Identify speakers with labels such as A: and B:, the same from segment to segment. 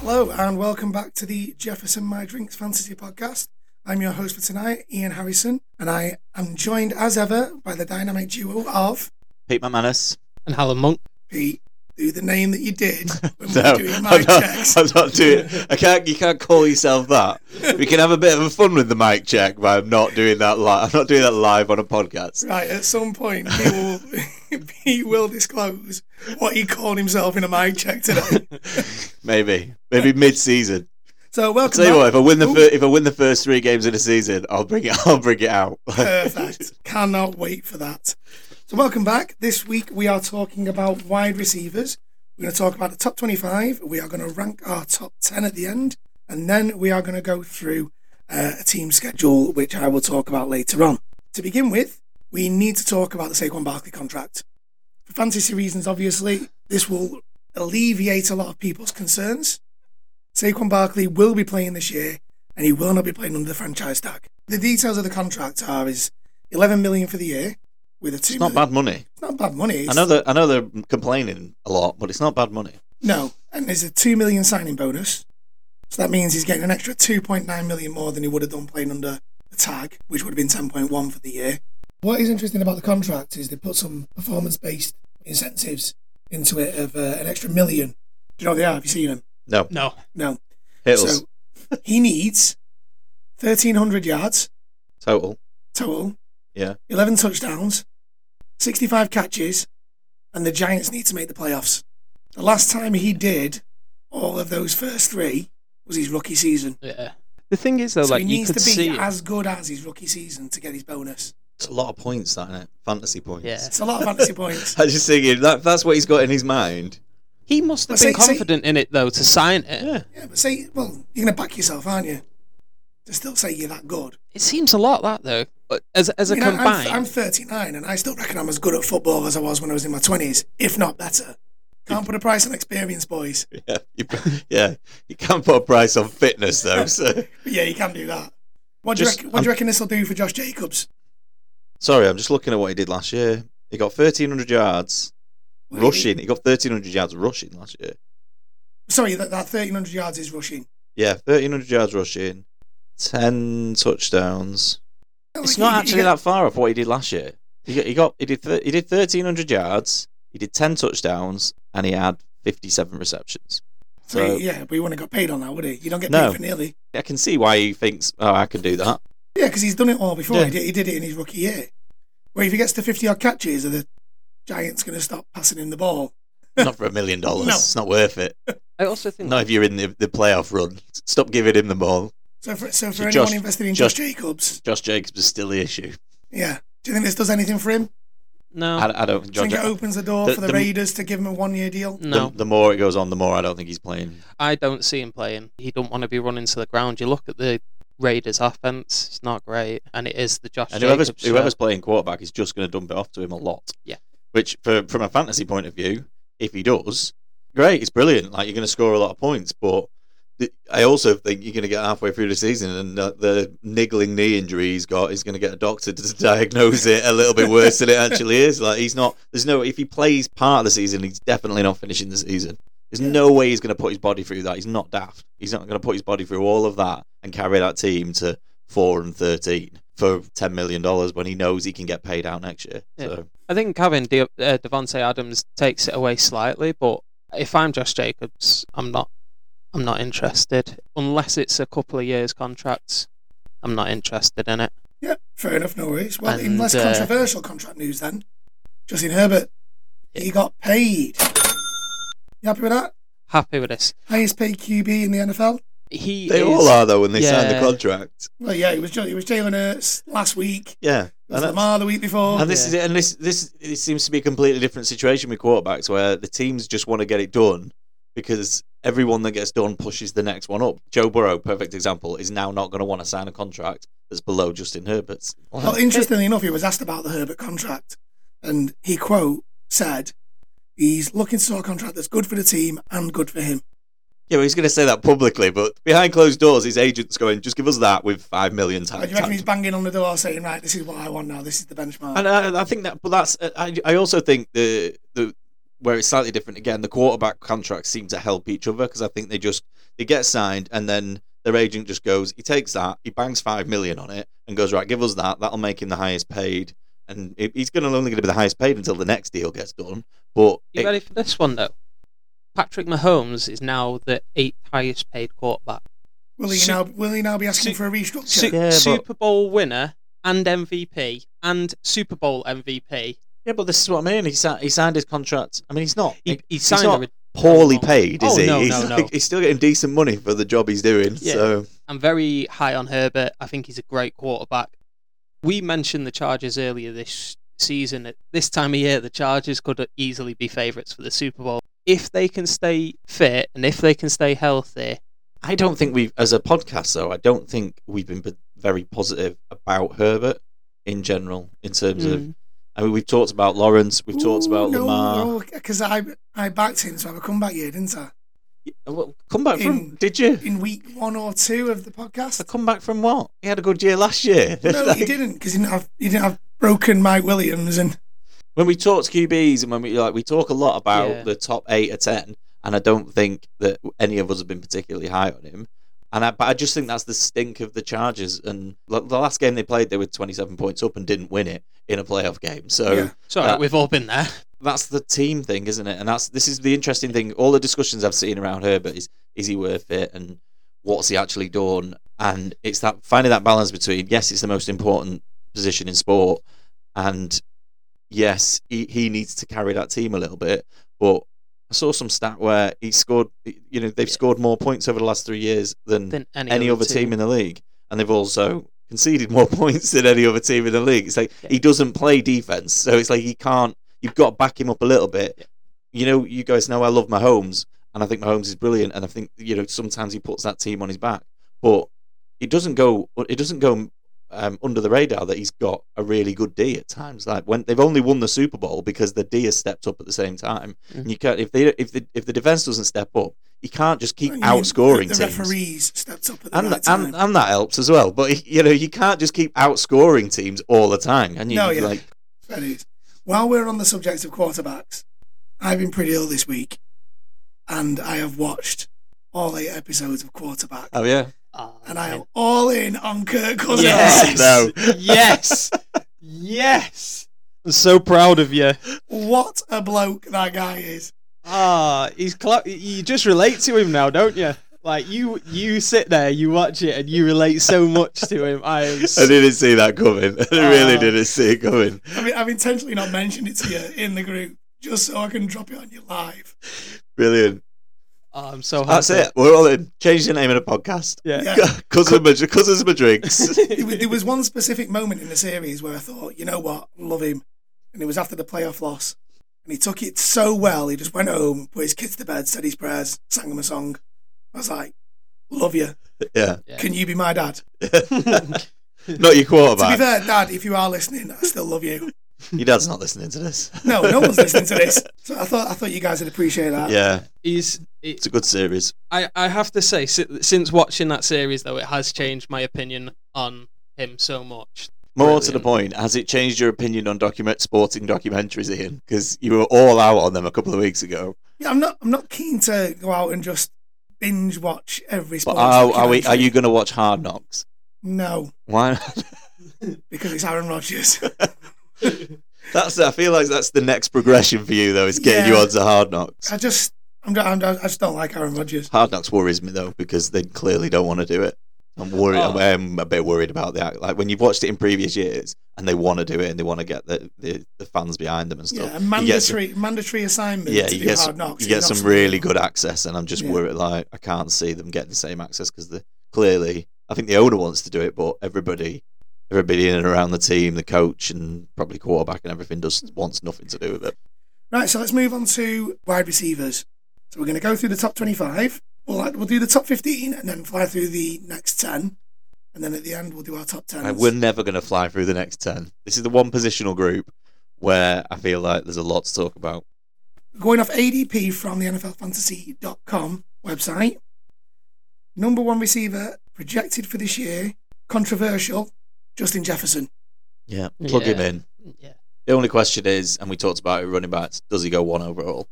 A: Hello, and welcome back to the Jefferson My Drinks Fantasy Podcast. I'm your host for tonight, Ian Harrison, and I am joined as ever by the dynamic duo of
B: Pete McManus.
C: and Alan Monk.
A: Pete, do the name that you did when we
B: No,
A: were doing my
B: I'm not,
A: checks.
B: I'm not doing it. I can't. You can't call yourself that. We can have a bit of a fun with the mic check, but I'm not doing that. Li- I'm not doing that live on a podcast.
A: Right, at some point, he will, he will disclose what he called himself in a mic check today.
B: Maybe, maybe mid-season.
A: So,
B: I'll
A: welcome
B: tell you
A: back.
B: what. If I win the
A: Ooh.
B: fir- if I win the first three games of the season, I'll bring it. I'll bring it out.
A: Perfect. Cannot wait for that. So, welcome back. This week we are talking about wide receivers. We're going to talk about the top 25. We are going to rank our top 10 at the end. And then we are going to go through uh, a team schedule, which I will talk about later on. To begin with, we need to talk about the Saquon Barkley contract. For fantasy reasons, obviously, this will alleviate a lot of people's concerns. Saquon Barkley will be playing this year, and he will not be playing under the franchise tag. The details of the contract are is 11 million for the year with a two.
B: It's not bad money.
A: It's not bad money.
B: I
A: It's-
B: know that. I know they're complaining a lot, but it's not bad money.
A: No, and there's a two million signing bonus, so that means he's getting an extra two point nine million more than he would have done playing under the tag, which would have been ten point one for the year. What is interesting about the contract is they put some performance based incentives into it of uh, an extra million. Do you know what they are? Have you seen them?
B: No,
C: No,
A: No.
B: Hills
A: So he needs thirteen hundred yards
B: total.
A: total,
B: Yeah,
A: eleven touchdowns, sixty five catches, and the Giants need to make the playoffs. The last time he did all of those first three was his rookie season.
C: yeah. The thing is though,
A: so
C: like
A: he
C: you
A: needs
C: could
A: to be
C: see, it.
A: as good as his rookie season to get his bonus.
B: it's a lot of points, that isn't it? Fantasy points.
C: Yeah.
A: It's a lot of fantasy points.
B: I was just thinking that that's what he's got in his mind.
C: he must have
A: Say-
C: been
A: say-
C: confident in it though to sign it.
B: Yeah.
A: Yeah, but say, well, you're going to back yourself, aren't you? To still say you're that good.
C: It seems a lot that though, But as as a
A: You know, I'm-
C: combined.
A: I'm, 39 and I still reckon I'm as good at football as I was when I was in my 20s, if not better. Can't put a price on experience, boys.
B: Yeah, you, yeah. You can't put a price on fitness though. So.
A: But yeah, you can do that. What do,
B: Just-
A: you, reckon, what do you reckon this will do for Josh Jacobs?
B: Sorry, I'm just looking at what he did last year. He got 1,300 yards
A: What do you
B: rushing. He got 1,300 yards rushing last year.
A: Sorry, that, that 1,300 yards is rushing.
B: Yeah, 1,300 yards rushing, 10 touchdowns. It's
A: Like,
B: not
A: you- you
B: actually
A: get-
B: that far off what he did last year. He got, he got he did thir- he did 1,300 yards. He did 10 touchdowns, and he had 57 receptions.
A: So,
B: So-
A: yeah, but he wouldn't have got paid on that, would he? You don't get paid
B: No.
A: for nearly.
B: I can see why he thinks, oh, I can do that.
A: Yeah, because he's done it all before.
B: Yeah.
A: He, did, he did it in his rookie year. Where if he gets to 50 odd catches, are the Giants going to stop passing him the ball?
B: Not for a million dollars.
A: No.
B: It's not worth it.
C: I also think
B: Not if you're in the, the playoff run. Stop giving him the ball.
A: So for, so for
B: So
A: anyone
B: Josh-
A: invested in Josh,
B: Josh-
A: Jacobs,
B: Josh Jacobs is still the issue.
A: yeah. Do you think this does anything for him?
C: no,
B: I, I don't.
A: Do you
B: Josh,
A: Oh. think it opens the door
B: the-
A: for the,
B: the-
A: Raiders to give him a one year deal?
C: no.
B: The, the more it goes on, the more I don't think he's playing.
C: I don't see him playing. He don't want to be running to the ground. You look at the Raiders' offense; it's not great, and it is the Josh
B: And whoever's
C: Jacobs. uh, show.
B: whoever's playing quarterback is just going to dump it off to him a lot.
C: Yeah.
B: Which, for, from a fantasy point of view, if he does, great, it's brilliant. Like you're going to score a lot of points, but th- I also think you're going to get halfway through the season and uh, the niggling knee injury he's got, he's going to get a doctor to diagnose it a little bit worse than it actually is. Like he's not. There's no. If he plays part of the season, he's definitely not finishing the season. There's no way he's going to put his body through that. He's not daft. He's not going to put his body through all of that and carry that team to four and thirteen for ten million dollars when he knows he can get paid out next year.
C: Yeah.
B: So
C: I think having De- uh, Devonte Adams takes it away slightly, but if I'm Josh Jacobs, I'm not. I'm not interested unless it's a couple of years contracts. I'm not interested in it.
A: Yeah, fair enough, no worries. Well, in
C: And,
A: less
C: uh,
A: controversial contract news then, Justin Herbert, he got paid. You happy with that?
C: Happy with this.
A: Highest paid QB in the NFL?
C: He
B: they
C: is-
B: all are though when they sign
C: yeah.
B: the contract.
A: Well, yeah, it was, Ju- it was Jalen Hurts last week. It
B: Yeah.
A: was
B: And that's-
A: Lamar the week before.
B: And this is it. And this this it seems to be a completely different situation with quarterbacks, where the teams just want to get it done because everyone that gets done pushes the next one up. Joe Burrow, perfect example, is now not going to want to sign a contract that's below Justin Herbert's.
A: Well,
C: Oh,
A: interestingly enough, he was asked about the Herbert contract, and he quote said, "He's looking to sort a contract that's good for the team and good for him."
B: Yeah, well, he's going to say that publicly, but behind closed doors, his agent's going, "Just give us that with five million
A: Do
B: times."
A: you reckon he's banging on the door saying, "Right,
B: uh,
A: this is what I want now. This is the benchmark."
B: And I, I think that, but that's. I, I also think the the where it's slightly different again. The quarterback contracts seem to help each other because I think they just they get signed and then their agent just goes, he takes that, he bangs five million on it, and goes right, give us that. That'll make him the highest paid, and he- he's going to only going to be the highest paid until the next deal gets done. But
C: You
B: it-
C: ready for this one though? Patrick Mahomes is now the eighth highest paid quarterback.
A: Will he
C: Su-
A: now? Will he now be asking
C: Su-
A: for a restructure?
C: Su-
B: Yeah, but-
C: Super Bowl winner and MVP and Super Bowl MVP.
B: yeah, but this is what I mean. He, si- he signed his contract. I mean, he's not
C: He, he
B: he's
C: signed
B: not
C: a-
B: poorly paid, is
C: Oh,
B: he?
C: no,
B: he's,
C: no, no.
B: like- he's still getting decent money for the job he's doing.
C: Yeah.
B: So
C: I'm very high on Herbert. I think he's a great quarterback. We mentioned the Chargers earlier this season. At this time of year, the Chargers could easily be favourites for the Super Bowl. If they can stay fit and if they can stay healthy,
B: I don't think we've, as a podcast, though, I don't think we've been p- very positive about Herbert in general. In terms
C: hmm,
A: Hmm.
B: of, I mean, we've talked about Lawrence, we've talked about Lamar.
A: because oh, I I backed him to have a comeback year, didn't I?
B: Yeah, well, come back
A: In-
B: from? Did you?
A: In week one or two of the podcast.
B: A comeback from what? He had a good year last year.
A: No, he
B: Like,
A: didn't because he didn't have he didn't have broken Mike Williams and
B: when we talk QBs and when we like, we talk a lot about
C: Yeah.
B: the top eight or ten, and I don't think that any of us have been particularly high on him. And I, but I just think that's the stink of the Chargers. And l- the last game they played, they were twenty-seven points up and didn't win it in a playoff game. So.
A: Yeah.
C: sorry,
B: Uh,
C: we've all been there.
B: that's the team thing, isn't it? And that's this is the interesting thing. All the discussions I've seen around Herbert is is he worth it, and what's he actually done? And it's that finding that balance between yes, it's the most important position in sport, and yes, he, he needs to carry that team a little bit. But I saw some stat where he scored. You know, they've
C: Yeah.
B: scored more points over the last three years than
C: Than any,
B: any other team in the league, and they've also conceded more points than any other team in the league. It's like
C: Yeah.
B: he doesn't play defense, so it's like he can't. You've got to back him up a little bit. You know, you guys know I love Mahomes, and I think Mahomes is brilliant, and I think you know sometimes he puts that team on his back, but it doesn't go. It doesn't go. Um, under the radar, that he's got a really good D at times. Like when they've only won the Super Bowl because the D has stepped up at the same time. And you can't if they if the if the defense doesn't step up, you can't just keep
A: and
B: outscoring
A: the, the
B: teams
A: referees stepped up at the
B: and,
A: right time.
B: and and that helps as well. But you know, you can't just keep outscoring teams all the time. And you
A: No,
B: you
A: yeah.
B: like,
A: Fair news. While we're on the subject of quarterbacks, I've been pretty ill this week, and I have watched all eight episodes of Quarterback,
B: oh yeah,
C: Oh,
A: and I
C: man.
A: am all in on Kirk Cousins.
C: Yes.
B: no,
C: yes, yes. I'm so proud of you.
A: What a bloke that guy is!
C: Ah, he's cla you just relate to him now, don't you? Like you, you sit there, you watch it, and you relate so much to him. I am
B: I
C: so,
B: didn't see that coming. I really
C: Uh,
B: didn't see it coming.
A: I mean, I've intentionally not mentioned it to you in the group just so I can drop it on you live.
B: Brilliant.
C: oh, I'm so happy.
B: That's it. We're all in. Change the name of the podcast.
C: Yeah.
A: Yeah.
B: cousins, my, cousins, my drinks.
A: There was- there was one specific moment in the series where I thought, you know what, I love him, and it was after the playoff loss, and he took it so well. He just went home, put his kids to bed, said his prayers, sang him a song. I was like, love you.
B: yeah,
C: Yeah.
A: Can you be my dad?
B: not your
A: To be
B: quarterback.
A: fair, Dad, if you are listening, I still love you.
B: Your dad's not listening to this.
A: No, no one's listening to this. So I thought I thought you guys would appreciate that.
B: Yeah,
C: He's. It,
B: it's a good series.
C: I, I have to say, si- since watching that series, though, it has changed my opinion on him so much.
B: More to the
C: Brilliant.
B: point, has it changed your opinion on document sporting documentaries, Ian? Because you were all out on them a couple of weeks ago.
A: Yeah, I'm not I'm not keen to go out and just binge watch every
B: But
A: sports.
B: are, are, we, are
A: documentary.
B: you going to watch Hard Knocks?
A: No,
B: Why?
A: because it's Aaron Rodgers.
B: that's I feel like that's the next progression for you though. Is getting you
A: Yeah.
B: onto Hard Knocks.
A: I just I'm, I'm I just don't like Aaron Rodgers.
B: Hard Knocks worries me though because they clearly don't want to do it. I'm worried.
C: Oh.
B: I'm a bit worried about that. Like when you've watched it in previous years and they want to do it and they want to get the, the, the fans behind them and stuff.
A: Yeah, a
B: You get some-
A: mandatory mandatory assignment.
B: yeah,
A: to
B: you
A: do
B: get
A: hard
B: some,
A: knocks.
B: you
A: is
B: get
A: not
B: some
A: something-
B: really good access, and I'm just
A: Yeah.
B: worried. Like I can't see them getting the same access because the clearly, I think the owner wants to do it, but everybody, everybody in and around the team, the coach, and probably quarterback and everything does wants nothing to do with it.
A: Right, so let's move on to wide receivers. So we're going to go through the top 25. We'll, we'll do the top 15 and then fly through the next 10. And then at the end, we'll do our top 10.
B: And we're never going to fly through the next ten. This is the one positional group where I feel like there's a lot to talk about.
A: Going off ADP from the NFLFantasy.com website. Number one receiver projected for this year, controversial, Justin Jefferson.
B: Yeah, plug him
C: Yeah.
B: in.
C: Yeah.
B: The only question is, and we talked about it with running backs, does he go one overall?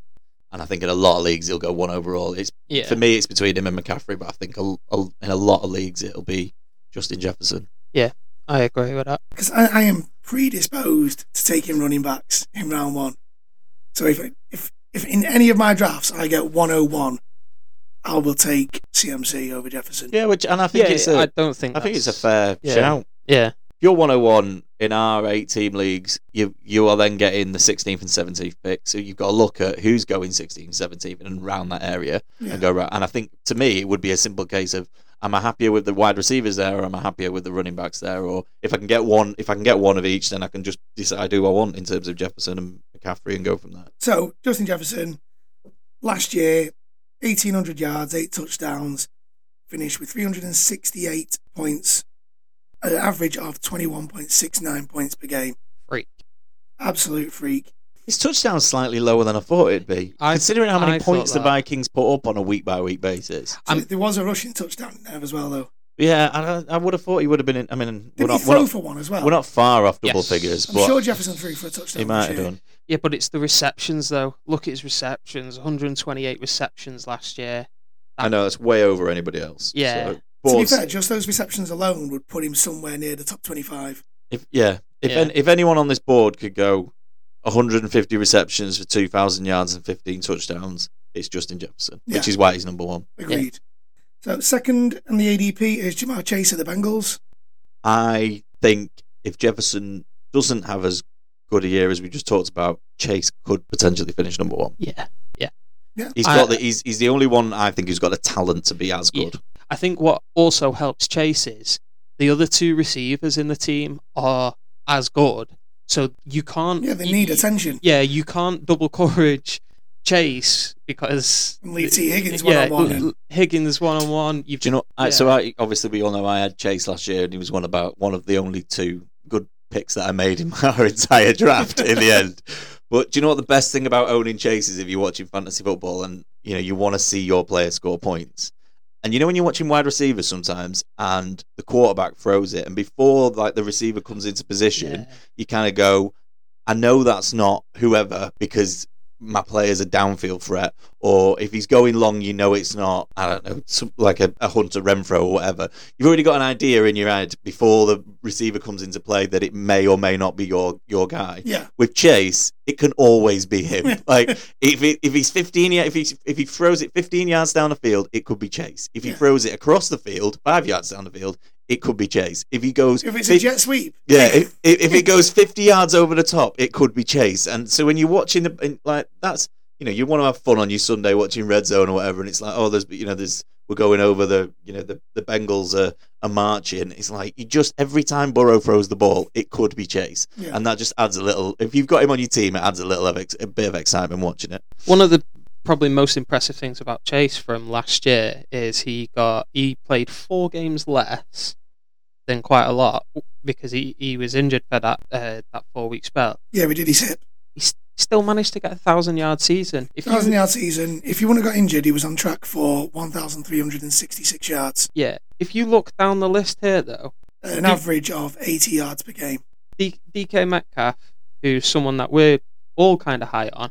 B: And I think in a lot of leagues he'll go one overall. It's
C: Yeah.
B: for me, it's between him and McCaffrey, but I think a, a, in a lot of leagues it'll be Justin Jefferson.
C: I agree with that.
A: because I, I am predisposed to taking running backs in round one. So if if if in any of my drafts I get 101, I will take CMC over Jefferson.
B: Yeah, which and I think
C: Yeah,
B: it's a,
C: I
B: I
C: don't think.
B: think it's a
C: that's-
B: fair
C: yeah.
B: shout.
C: Yeah.
B: If you're 101 in our eight team leagues, you you are then getting the 16th and 17th pick. So you've got to look at who's going 16th, 17th, and around that area
A: Yeah.
B: and go right. And I think to me, it would be a simple case of am I happier with the wide receivers there, or am I happier with the running backs there, or if I can get one, if I can get one of each, then I can just decide who I want in terms of Jefferson and McCaffrey and go from there.
A: So Justin Jefferson, last year, 1800 yards, eight touchdowns, finished with 368 points, at an average of 21.69 points per game.
C: Freak.
A: Absolute freak.
B: His touchdown's slightly lower than I thought it'd be,
C: I-
B: considering how many
C: I thought
B: points the
C: that.
B: Vikings put up on a week by week basis.
A: So
C: I'm-
A: there was a rushing touchdown in there as well, though.
B: Yeah, and I, I would have thought he would have been in. I mean, we're
A: Did he
B: not,
A: throw
B: we're, not,
A: for one as well?
B: we're not far off double
C: Yes.
B: figures,
A: I'm
B: but
A: sure Jefferson threw for a touchdown.
B: he might
A: this
B: have
A: year.
B: done.
C: Yeah, but it's the receptions though. Look at his receptions. 128 receptions last year.
B: I know that's way over anybody else. So,
C: Yeah.
A: To be
B: but
A: fair, just those receptions alone would put him somewhere near the top 25.
B: if, yeah, if
C: Yeah.
B: an- if anyone on this board could go 150 receptions for 2,000 yards and 15 touchdowns, it's Justin Jefferson, which
A: Yeah.
B: is why he's number one.
A: Agreed. So, second in the ADP is Jamar Chase of the Bengals.
B: I think if Jefferson doesn't have as good a year as we just talked about, Chase could potentially finish number one.
C: Yeah.
B: He's
C: I-
B: got the he's, he's the only one I think who's got the talent to be as
C: Yeah.
B: good.
C: I think what also helps Chase is the other two receivers in the team are as good. So you can't.
A: Yeah, they
C: you-
A: need
C: you-
A: attention.
C: Yeah, you can't double coverage Chase because
A: And leave T. Higgins
C: yeah,
A: one-on-one and-
C: L- Higgins one on one. You've
B: Do you know? I,
C: Yeah.
B: so I obviously we all know I had Chase last year, and he was one about one of the only two good picks that I made in our entire draft in the end. But do you know what the best thing about owning Chase is? If you're watching fantasy football, and you know you want to see your player score points, and you know when you're watching wide receivers sometimes, and the quarterback throws it, and before like the receiver comes into position,
C: yeah.
B: you kind of go, I know that's not whoever because my player's a downfield threat, or if he's going long, you know it's not. I don't know, some, like a, a Hunter Renfro or whatever. You've already got an idea in your head before the receiver comes into play that it may or may not be your your guy.
A: Yeah.
B: With Chase, it can always be him. like if it, if he's fifteen, ya- if he if he throws it fifteen yards down the field, it could be Chase. If he
A: Yeah.
B: throws it across the field, five yards down the field, it could be Chase. If he goes,
A: If it's a
B: fif-
A: jet sweep,
B: yeah, if, if if it goes fifty yards over the top, it could be chase. And so when you're watching the and like that's you know you want to have fun on your Sunday watching Red Zone or whatever, and it's like oh there's you know there's we're going over the you know the the Bengals are are marching. It's like you just every time Burrow throws the ball, it could be chase,
A: Yeah.
B: and that just adds a little. If you've got him on your team, it adds a little of ex, a bit of excitement watching it.
C: One of the probably most impressive things about Chase from last year is he got he played four games less than quite a lot because he, he was injured for that uh, that four week spell.
A: yeah, we did his hip.
C: Still managed to get a thousand yard season. If you-
A: Thousand yard season. If you wouldn't have got injured, he was on track for 1,366 yards,
C: yeah, if you look down the list here though,
A: an
C: Yeah.
A: average of 80 yards per game.
C: D- DK Metcalf, who's someone that we're all kind of high on,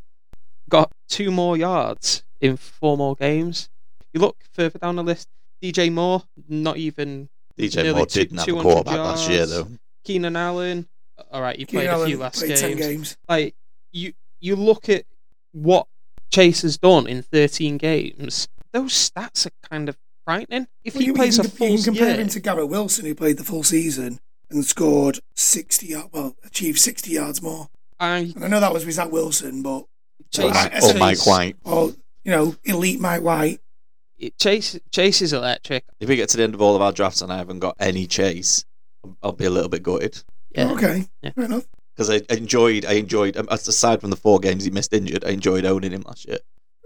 C: got two more yards in four more games. You look further down the list, DJ Moore, not even
B: DJ
C: Nearly
B: Moore
C: two-
B: didn't have a
C: 200
B: quarterback last year
C: yards.
B: though.
C: Keenan Allen. All right, he played
A: Keenan
C: a few
A: Allen
C: last
A: played 10
C: games.
A: games.
C: Like you, you look at what Chase has done in 13 games. Those stats are kind of frightening. If
A: Well,
C: he
A: you, you
C: plays
A: can,
C: a
A: comp-
C: full
A: you can compare
C: year,
A: him to Garrett Wilson, who played the full season and scored 60, yard- well, achieved 60 yards more.
C: I
A: And I know that was with Zach Wilson, but
B: Or
A: Chase-
B: Mike,
A: Chase-
B: or Oh, Mike White.
A: or you know, elite Mike White.
C: it- Chase Chase is electric.
B: If we get to the end of all of our drafts and I haven't got any chase, I'll be a little bit gutted.
C: Yeah.
A: Okay,
C: Yeah.
A: fair enough.
B: because I enjoyed. I enjoyed um, aside from the four games he missed injured. I enjoyed owning him last year.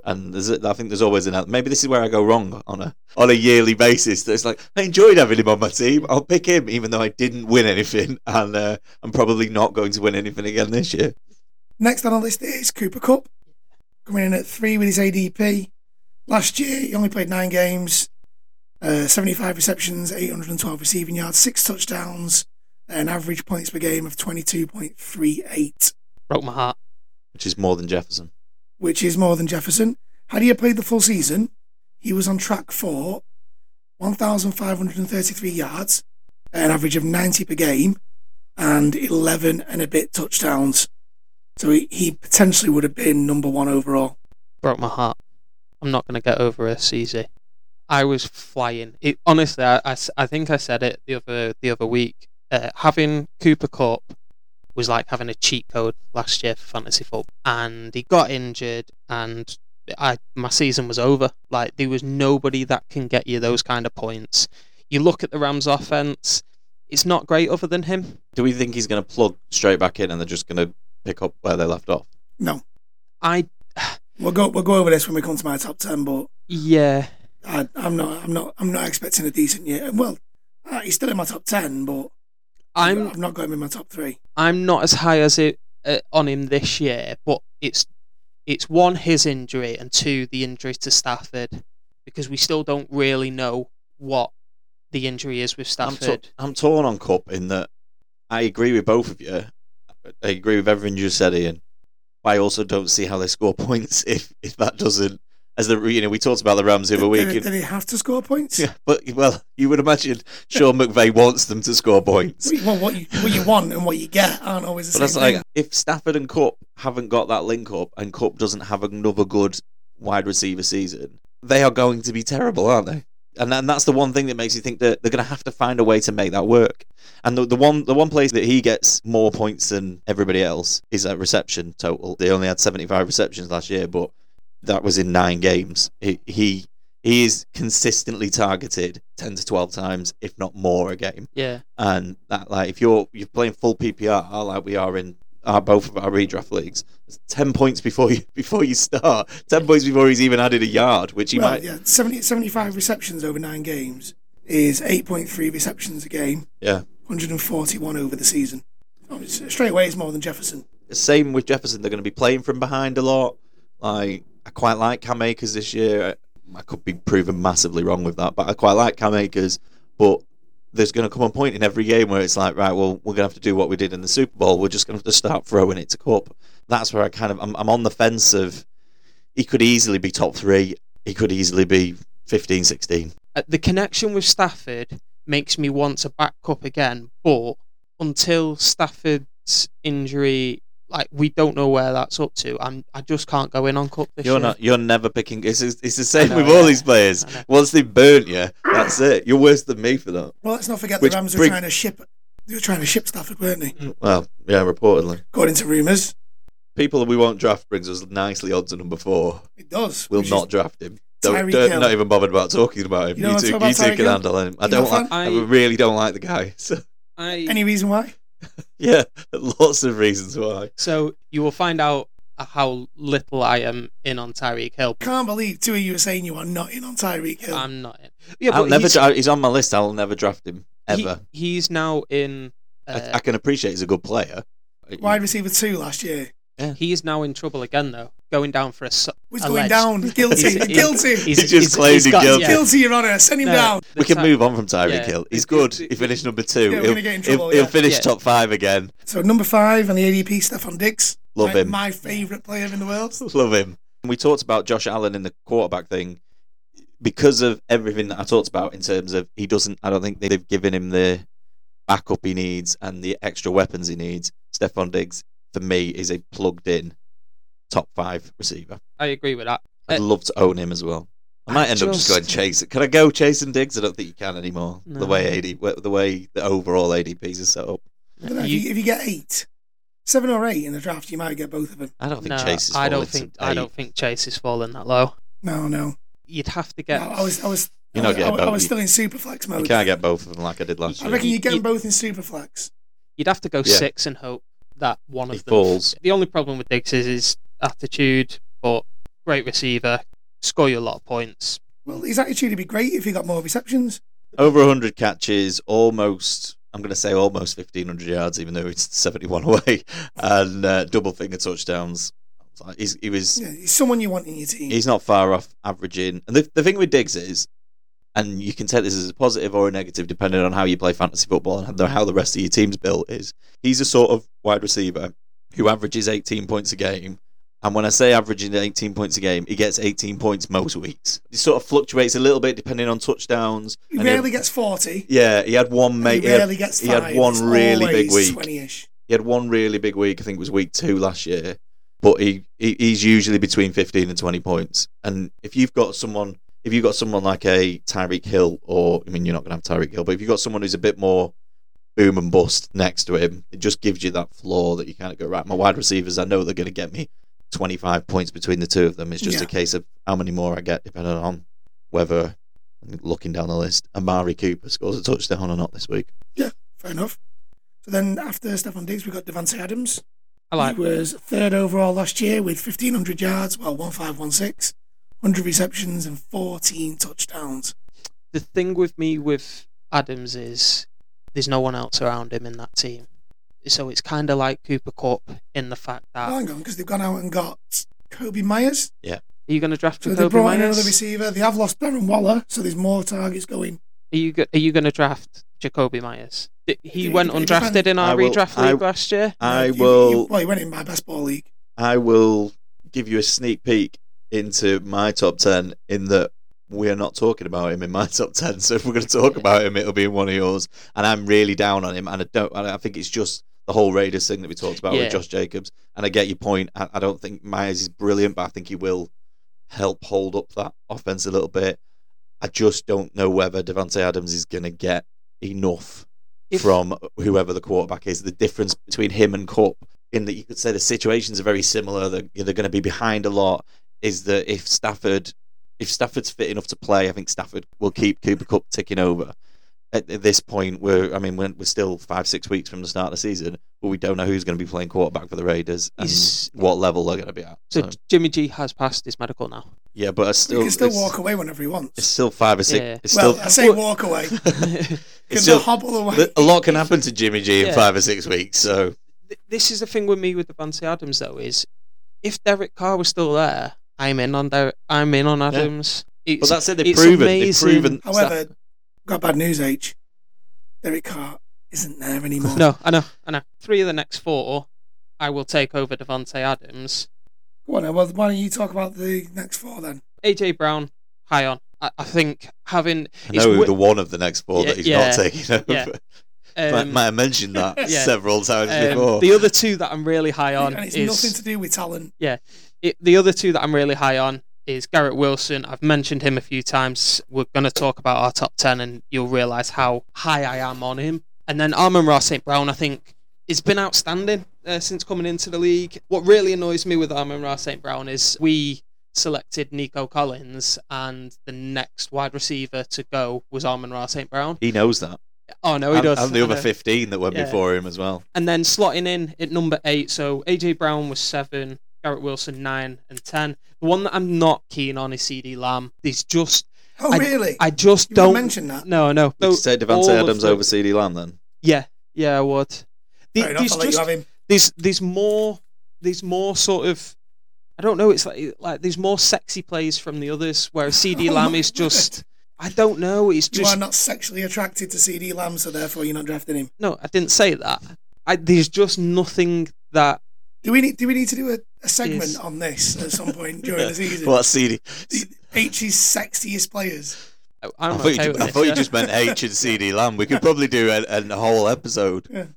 B: And there's, a- I think there's always an el- maybe this is where I go wrong on a on a yearly basis. That it's like I enjoyed having him on my team. I'll pick him even though I didn't win anything, and uh, I'm probably not going to win anything again this year.
A: Next on our list is Cooper Cup, coming in at three with his ADP. Last year, he only played nine games, uh, 75 receptions, 812 receiving yards, six touchdowns, an average points per game of 22.38.
C: Broke my heart.
B: which is more than Jefferson.
A: which is more than Jefferson. Had he played the full season, he was on track for 1,533 yards, an average of 90 per game, and 11 and a bit touchdowns. So he, he potentially would have been number one overall.
C: Broke my heart. I'm not going to get over this easy. I was flying. It, honestly, I, I s- I think I said it the other the other week. Uh, having Cooper Cup was like having a cheat code last year for fantasy football, and he got injured, and I my season was over. Like there was nobody that can get you those kind of points. You look at the Rams' offense; it's not great other than him.
B: Do we think he's going to plug straight back in and they're just going to pick up where they left off?
A: No.
C: I
A: We'll go, we'll go over this when we come to my top 10, but
C: yeah,
A: I, I'm not, I'm not, I'm not expecting a decent year. Well, uh, he's still in my top 10, but
C: I'm
A: I've not got him in my top three.
C: I'm not as high as it uh, on him this year, but it's it's one his injury and two the injury to Stafford because we still don't really know what the injury is with
B: I'm,
C: Stafford.
B: tor- I'm torn on Cup in that I agree with both of you. I agree with everything you said, Ian. But I also don't see how they score points if, if that doesn't. As the you know, we talked about the Rams the other
A: Did-
B: week.
A: did, did he have to score points?
B: Yeah, but well, you would imagine Sean McVay wants them to score points.
A: Well, what you, what you want and what you get aren't always the
B: But that's
A: same thing.
B: like if Stafford and Cup haven't got that link up, and Cup doesn't have another good wide receiver season, they are going to be terrible, aren't they? And and that's the one thing that makes you think that they're going to have to find a way to make that work. And the, the one the one place that he gets more points than everybody else is at reception total. They only had seventy five receptions last year, but that was in nine games. He, he he is consistently targeted ten to twelve times, if not more, a game
C: yeah,
B: and that like if you're you're playing full PPR like we are in our, both of our redraft leagues, it's ten points before you before you start, ten points before he's even added a yard, which he
A: well,
B: might.
A: yeah, 70, 75 receptions over nine games is 8.3 receptions a game,
B: yeah.
A: 141 over the season. Oh, it's- Straight away, it's more than Jefferson.
B: Same with Jefferson, they're going to be playing from behind a lot. Like I quite like Cam Akers this year. I, I could be proven massively wrong with that, but I quite like Cam Akers. But there's going to come a point in every game where it's like, right, well, we're going to have to do what we did in the Super Bowl. We're just going to have to start throwing it to Cup. That's where I kind of I'm, I'm on the fence of. He could easily be top three. He could easily be 15, 16.
C: Uh, the connection with Stafford makes me want to back up again, but until Stafford's injury, like we don't know where that's up to. I'm I just can't go in on Cup this
B: You're
C: year.
B: not. You're never picking. It's it's the same
C: know,
B: with all
C: yeah.
B: these players.
C: I know.
B: Once they burn you, that's it. You're worse than me for that.
A: Well, let's not forget
B: Which
A: the Rams were
B: bring-
A: trying to ship. They were trying to ship Stafford, weren't they?
B: Well, yeah, reportedly.
A: According to rumours,
B: People we won't draft brings us nicely odds of number four.
A: it does.
B: We'll
A: which is-
B: not draft him.
A: Tyreek
B: Don't, don't,
A: Hill.
B: not even bothered about talking about him.
A: You
B: You,
A: don't wanna
B: two,
A: talk about
B: you two
A: Tyreek
B: can
A: Hill?
B: handle him. I
A: You not
B: don't like.
A: fan?
B: I,
C: I-
B: really don't like the guy. So
C: I
A: Any reason why?
B: yeah, lots of reasons why.
C: So you will find out how little I am in on Tyreek Hill.
A: Can't believe two of you are saying you are not in on Tyreek Hill.
C: I'm not in. Yeah,
B: I'll never.
C: he's,
B: He's, he's on my list. I'll never draft him
C: he-
B: ever.
C: he's now in.
B: I,
C: Uh,
B: I can appreciate he's a good player.
A: Wide receiver two last year.
C: he's now in trouble again though, going down for a. Su-
A: He's going
C: Alleged.
A: down. Guilty.
B: He's-
A: guilty.
C: he's-
B: He just claimed he
C: got-
B: guilty.
C: yeah.
A: Guilty, Your Honour. Send him
C: No,
A: down.
C: the
B: We can
C: ti-
B: move on from Tyreek
C: Yeah.
B: Hill. He's
C: The- the-
B: good.
C: the-
B: He finished number two.
A: Yeah, we're
B: he'll,
A: gonna get in
B: he'll-
A: trouble,
B: he'll
A: yeah.
B: finish
C: Yeah.
B: top five again.
A: So number five on the ADP, Stefan Diggs.
B: Love
A: my,
B: him.
A: My favourite player in the world.
B: Love him. We talked about Josh Allen in the quarterback thing because of everything that I talked about in terms of he doesn't. I don't think they've given him the backup he needs and the extra weapons he needs. Stephon Diggs for me is a plugged-in top five receiver.
C: I agree with that.
B: I'd
C: Uh,
B: love to own him as well. I
C: I
B: might end up just
C: just-
B: going chase it. Can I go chasing Diggs? I don't think you can anymore. The
C: No.
B: way AD, the way the overall ADPs are set up.
A: I don't know, if,
C: You-
A: you, if you get eight, seven or eight in the draft, you might get both of them.
B: I don't think
C: no,
B: Chase is.
C: I don't
B: falling to
C: think I
B: eight.
C: don't think Chase is falling that low.
A: No, no.
C: You'd have to get.
A: No, I was, I was,
B: You're not
A: I, I,
B: getting
A: I
B: both.
A: was
B: You-
A: still in superflex
B: You
A: mode.
B: can't get both of them like I did last
A: I
B: year.
A: reckon you get
C: You-
A: them both in superflex.
C: You'd have to go
B: Yeah.
C: six and hope that one of
B: He
C: them
B: falls.
C: The only problem with Diggs is his attitude, but great receiver, score you a lot of points.
A: Well, his attitude would be great if he got more receptions.
B: Over 100 catches, almost. I'm going to say almost 1,500 yards, even though it's 71 away, and uh, double finger touchdowns. He's, he was.
A: Yeah, he's someone you want in your team.
B: He's not far off averaging. And the, the thing with Diggs is, and you can take this as a positive or a negative depending on how you play fantasy football and how the rest of your team's built, is he's a sort of wide receiver who averages 18 points a game. And when I say averaging 18 points a game, he gets 18 points most weeks. It sort of fluctuates a little bit depending on touchdowns.
A: He
B: and
A: rarely gets 40.
B: he had, yeah, he had one mate.
A: he rarely gets
B: he
A: five.
B: had one
A: It's
B: really big
A: always
B: week.
A: 20-ish.
B: He had one really big week. I think it was week two last year, but he, he he's usually between fifteen and twenty points. And if you've got someone, if you've got someone like a Tyreek Hill, or I mean, you're not going to have Tyreek Hill, but if you've got someone who's a bit more boom and bust next to him, it just gives you that floor that you kind of go right. My wide receivers, I know they're going to get me twenty five points between the two of them. It's just
A: Yeah.
B: a case of how many more I get, depending on whether. Looking down the list, Amari Cooper scores a touchdown or not this week.
A: Fair enough. So then after Stefan Diggs, we got Devante Adams.
C: I like
A: he was third overall last year with 1,500 yards, well, 1,516, 100 receptions and 14 touchdowns.
C: the thing with me with Adams is there's no one else around him in that team. So it's kind of like Cooper Cup in the fact that
A: Oh,
B: Ah.
A: hang on, because they've gone out and got Kobe Myers.
C: are you going to draft
A: So
C: for
A: they
C: Kobe
A: brought in another
C: Myers?
A: receiver. They have lost Darren Waller, so there's more targets going.
C: Are you go- are you going to draft Jacoby Myers? D- He
A: It-
C: went
A: it
C: undrafted
A: depends.
C: in our
B: I will-
C: redraft
B: I-
C: league last year.
B: I
A: You- you-
B: will.
A: well, he went in my best ball league.
B: I will give you a sneak peek into my top 10 in that we are not talking about him in my top 10. So if we're going to talk about him, it'll be in one of yours. And I'm really down on him. And I don't, and I think it's just the whole Raiders thing that we talked about
C: Yeah.
B: with Josh Jacobs. And I get your point. I, I don't think Myers is brilliant, but I think he will help hold up that offense a little bit. I just don't know whether Devante Adams is going to get enough
C: If-
B: from whoever the quarterback is. The difference between him and Cup, in that you could say the situations are very similar. They're, they're going to be behind a lot. Is that if Stafford, if Stafford's fit enough to play, I think Stafford will keep Cooper Cup ticking over. At, at this point, we're I mean we're, we're still five six weeks from the start of the season, but we don't know who's going to be playing quarterback for the Raiders and
C: Is-
B: what level they're going to be at.
C: So
B: So,
C: Jimmy G has passed his medical now.
B: yeah, but I
A: So
B: still
A: he can still
B: Oh, it's,
A: walk away whenever he
B: It's
A: wants.
B: still five or six.
C: Yeah.
B: It's
A: Well,
B: still
A: I say walk away. Can they
B: it's still
A: hobble away?
B: a lot can happen to Jimmy G in
C: Yeah.
B: five or six weeks. So
C: Th- This is the thing with me with Devante Adams though is if Derek Carr was still there, I'm in on Derek. I'm in on Adams.
B: But
C: It's,
B: that's it. They've
C: it's
B: proven.
C: amazing. Oh,
B: They've proven.
A: However, got bad news, H. Derek Carr isn't there anymore.
C: no, I know, I know. Three of the next four, I will take over Devante Adams.
A: Go on, then, well, why don't you talk about the next four then?
C: AJ Brown, high on. I, I think having
B: I
C: it's
B: know
C: wi-
B: the one of the next four
C: Yeah,
B: that he's
C: yeah,
B: not taking over.
C: yeah.
B: might,
C: um,
B: might have mentioned that
C: Yeah.
B: several times
C: um,
B: before.
C: the other two that I'm really high on
A: and it's nothing
C: is
A: to do with talent.
C: it, the other two that I'm really high on is Garrett Wilson. I've mentioned him a few times. We're going to talk about our top ten, and you'll realise how high I am on him. And then Armand Ross St Brown, I think, has been outstanding uh, since coming into the league. What really annoys me with Armand Ross St Brown is we selected Nico Collins, and the next wide receiver to go was Armand Ross St Brown.
B: he knows that.
C: Oh no, he
B: and,
C: does.
B: and the
C: I
B: other
C: know.
B: 15 that went
C: Yeah.
B: before him as well.
C: And then slotting in at number eight, so AJ Brown was seven, Garrett Wilson nine and ten. The one that I'm not keen on is CD Lamb. He's just
A: Oh, really?
C: I just
A: you
C: don't.
A: mention that.
C: No, no.
B: Would
C: no,
B: you say
C: all
B: Devante
C: of
B: Adams
C: the-
B: over CD Lamb then?
C: Yeah, yeah, I would. The-
A: Fair enough,
C: there's
A: I'll let you
C: just
A: have him.
C: there's there's more there's more sort of I don't know. It's like like there's more sexy plays from the others, whereas CD
A: Oh
C: Lamb
A: my
C: is just I don't know. It's
A: You
C: just
A: are not sexually attracted to CD Lamb, so therefore you're not drafting him.
C: no. I didn't say that. I, there's just nothing that
A: Do we need? Do we need to do a, a segment
C: Yes.
A: on this at some point during the season?
B: What CD?
A: The- H's sexiest players.
C: Oh, I-
B: I
C: I'm
B: thought,
C: okay
B: you,
C: with
B: I
C: it,
B: thought you
C: yeah.
B: just meant H and CD Lamb. We could probably do a, a whole episode.
A: Yeah.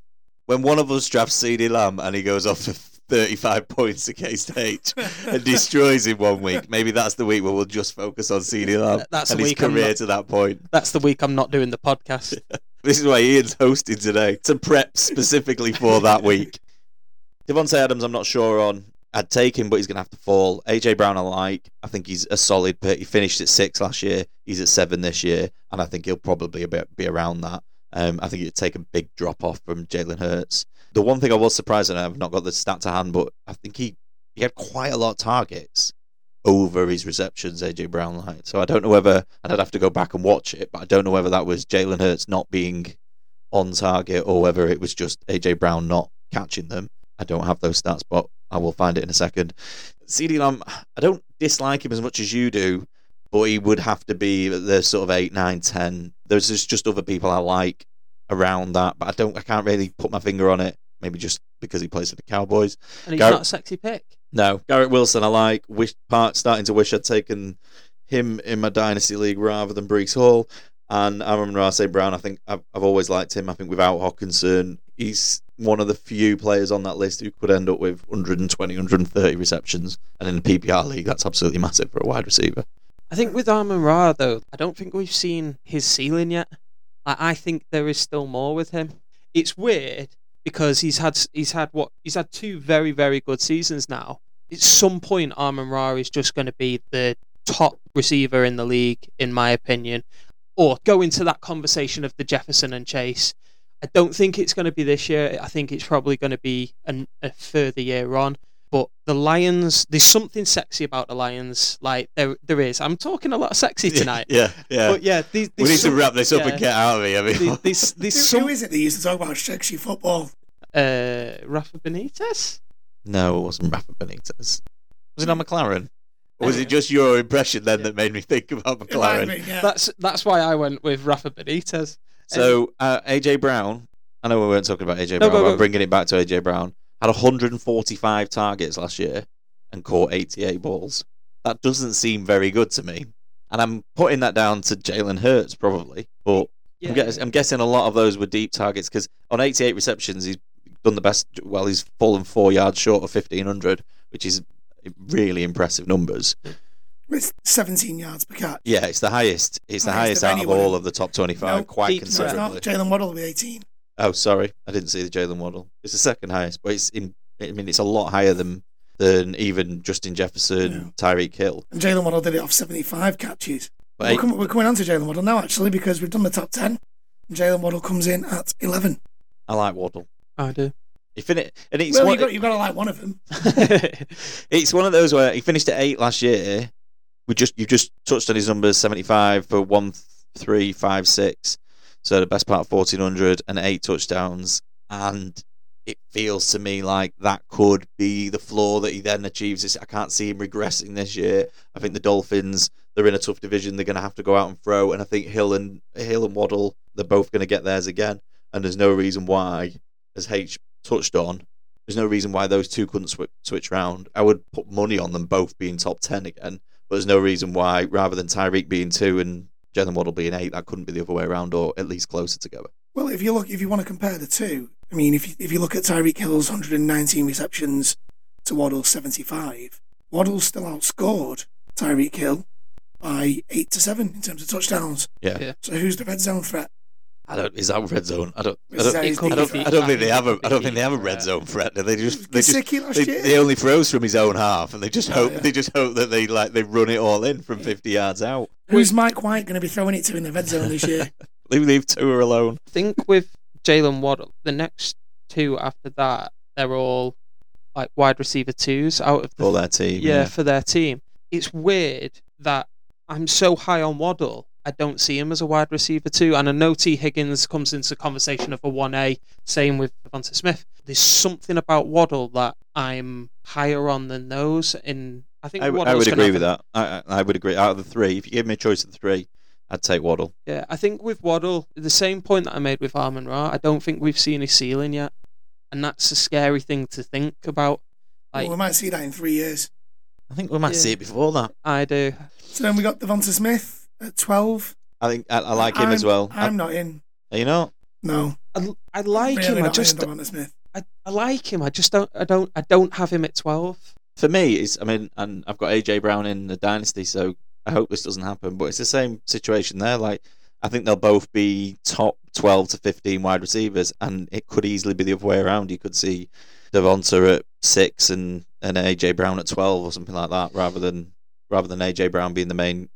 B: When one of us drafts CD Lamb and he goes off for 35 points against H and destroys him one week, maybe that's the week where we'll just focus on CD Lamb
C: That's
B: and
C: the
B: his
C: week I'm
B: career
C: not-
B: to that point.
C: That's the week I'm not doing the podcast.
B: This is why Ian's hosting today to prep specifically for that week. Devontae Adams, I'm not sure on. I'd take him, but he's going to have to fall. AJ Brown, I like. I think he's a solid pick. He finished at six last year. He's at seven this year, and I think he'll probably be, be around that. Um, I think it'd take a big drop off from Jalen Hurts. The one thing I was surprised, and I've not got the stat to hand, but I think he he had quite a lot of targets over his receptions, AJ Brown like. So I don't know whether and I'd have to go back and watch it, but I don't know whether that was Jalen Hurts not being on target or whether it was just AJ Brown not catching them. I don't have those stats, but I will find it in a second. CD Lamb, I don't dislike him as much as you do, but he would have to be the sort of eight, nine, ten. There's just, just other people I like around that, but I don't I can't really put my finger on it. Maybe just because he plays for the Cowboys.
C: And he's
B: Garrett-
C: not a sexy pick.
B: No, Garrett Wilson, I like. Wish part starting to wish I'd taken him in my dynasty league rather than Brees Hall. And Aaron Rasay Brown, I think I've, I've always liked him. I think without Hawkinson, he's one of the few players on that list who could end up with 120, 130 receptions. And in the PPR league, that's absolutely massive for a wide receiver.
C: I think with Armin Ra, though, I don't think we've seen his ceiling yet. I, I think there is still more with him. It's weird because he's had he's had what he's had two very very good seasons now. At some point, Armin Ra is just going to be the top receiver in the league, in my opinion, or go into that conversation of the Jefferson and Chase. I don't think it's going to be this year. I think it's probably going to be an, a further year on. But the Lions, there's something sexy about the Lions. Like there, there is. I'm talking a lot of sexy tonight.
B: yeah, yeah.
C: But yeah, there's,
B: we
C: there's
B: need to
C: some-
B: wrap this up
C: yeah.
B: and get out of here. I mean,
C: there's, there's, there's
A: Who, who
C: some
A: is it that used to talk about sexy football?
C: uh, Rafa Benitez.
B: No, it wasn't Rafa Benitez. Was it not McLaren? Or was it just your impression then that made me think about
A: It might
B: McLaren?
A: be, yeah.
C: That's that's why I went with Rafa Benitez.
B: So uh, AJ Brown, I know we weren't talking about AJ
C: No,
B: Brown,
C: go,
B: but
C: go.
B: I'm bringing it back to AJ Brown. Had 145 targets last year and caught 88 balls. That doesn't seem very good to me, and I'm putting that down to Jalen Hurts probably. But I'm, guess, I'm guessing a lot of those were deep targets because on 88 receptions, he's done the best. Well, he's fallen four yards short of 1500, which is really impressive numbers.
A: It's 17 yards per catch.
B: Yeah, it's the highest. It's the
A: Highest
B: highest
A: of
B: out of
A: anyone.
B: all of the top 25,
A: No,
B: quite
C: deep- no, it's
A: No, it's not.
B: considerably.
A: Jalen Waddle will be 18.
B: Oh, sorry, I didn't see the Jalen Waddle. It's the second highest, but it's in. I mean, it's a lot higher than than even Justin Jefferson, Tyreek Hill.
A: And Jalen Waddle did it off 75 catches.
B: But
A: We're, com- we're coming on to Jalen Waddle now, actually, because we've done the top 10. And Jalen Waddle comes in at 11.
B: I like Waddle.
C: I do.
B: He finished, and it's
A: well,
B: one,
A: you've got, you've got to like one of them.
B: it's one of those where he finished at eight last year. We just you just touched on his numbers seventy five for one three five six, so the best part of fourteen hundred and eight touchdowns, and it feels to me like that could be the floor that he then achieves. It's- I can't see him regressing this year. I think the Dolphins they're in a tough division. They're going to have to go out and throw, and I think Hill and Hill and Waddle they're both going to get theirs again, and there's no reason why, as H touched on, there's no reason why those two couldn't swi switch round. I would put money on them both being top 10 again, but there's no reason why, rather than Tyreek being two and Jalen Waddle being eight, that couldn't be the other way around or at least closer together.
A: Well, if you look, if you want to compare the two, I mean, if you, if you look at Tyreek Hill's 119 receptions to Waddle's 75, Waddle's still outscored Tyreek Hill by eight to seven in terms of touchdowns.
B: Yeah.
C: Yeah.
A: So who's the red zone threat?
B: I don't, is that red zone? I don't, I
A: Is
B: don't,
A: that
B: I
A: his
C: It could
A: deep
B: don't,
A: threat?
B: I don't think they have a, I don't
C: Could
B: think
C: be.
B: they have a red zone threat. do They just, they just,
A: Gasicki last
B: they,
A: year?
B: they only throws from his own half, and they just
A: Yeah,
B: hope
A: yeah.
B: they just hope that they like they run it all in from 50 yards out.
A: Who's Mike White going to be throwing it to in the red zone this year?
B: Leave, leave Tua alone.
C: I think with Jalen Waddle, the next two after that, they're all like wide receiver twos out of the
B: All their team.
C: yeah, for their team. It's weird that I'm so high on Waddle. I don't see him as a wide receiver too. And I know T. Higgins comes into conversation of a one A, same with Devonta Smith. There's something about Waddle that I'm higher on than those in I think
B: I, w- I
C: Waddle's
B: would
C: gonna
B: agree
C: have
B: with
C: a-
B: that. I, I I would agree. Out of the three, if you give me a choice of the three, I'd take Waddle.
C: Yeah, I think with Waddle, the same point that I made with Harmon Ra, I don't think we've seen his ceiling yet. And that's a scary thing to think about. Like
A: well, we might see that in three years.
B: I think we might
C: Yeah.
B: see it before that.
C: I do.
A: So then we got Devonta Smith at 12.
B: I think I, I like him
A: I'm-
B: as well.
A: I'm not in.
B: I- you know,
A: No.
C: I, I like
A: really
C: him. I
A: not
C: just
A: in Devonta Smith.
C: I, I like him. I just don't. I don't. I don't have him at twelve.
B: for me, it's I mean, and I've got AJ Brown in the dynasty, so I hope this doesn't happen. But it's the same situation there. Like I think they'll both be top twelve to fifteen wide receivers, and it could easily be the other way around. You could see Devonta at six and and AJ Brown at twelve or something like that, rather than rather than AJ Brown being the main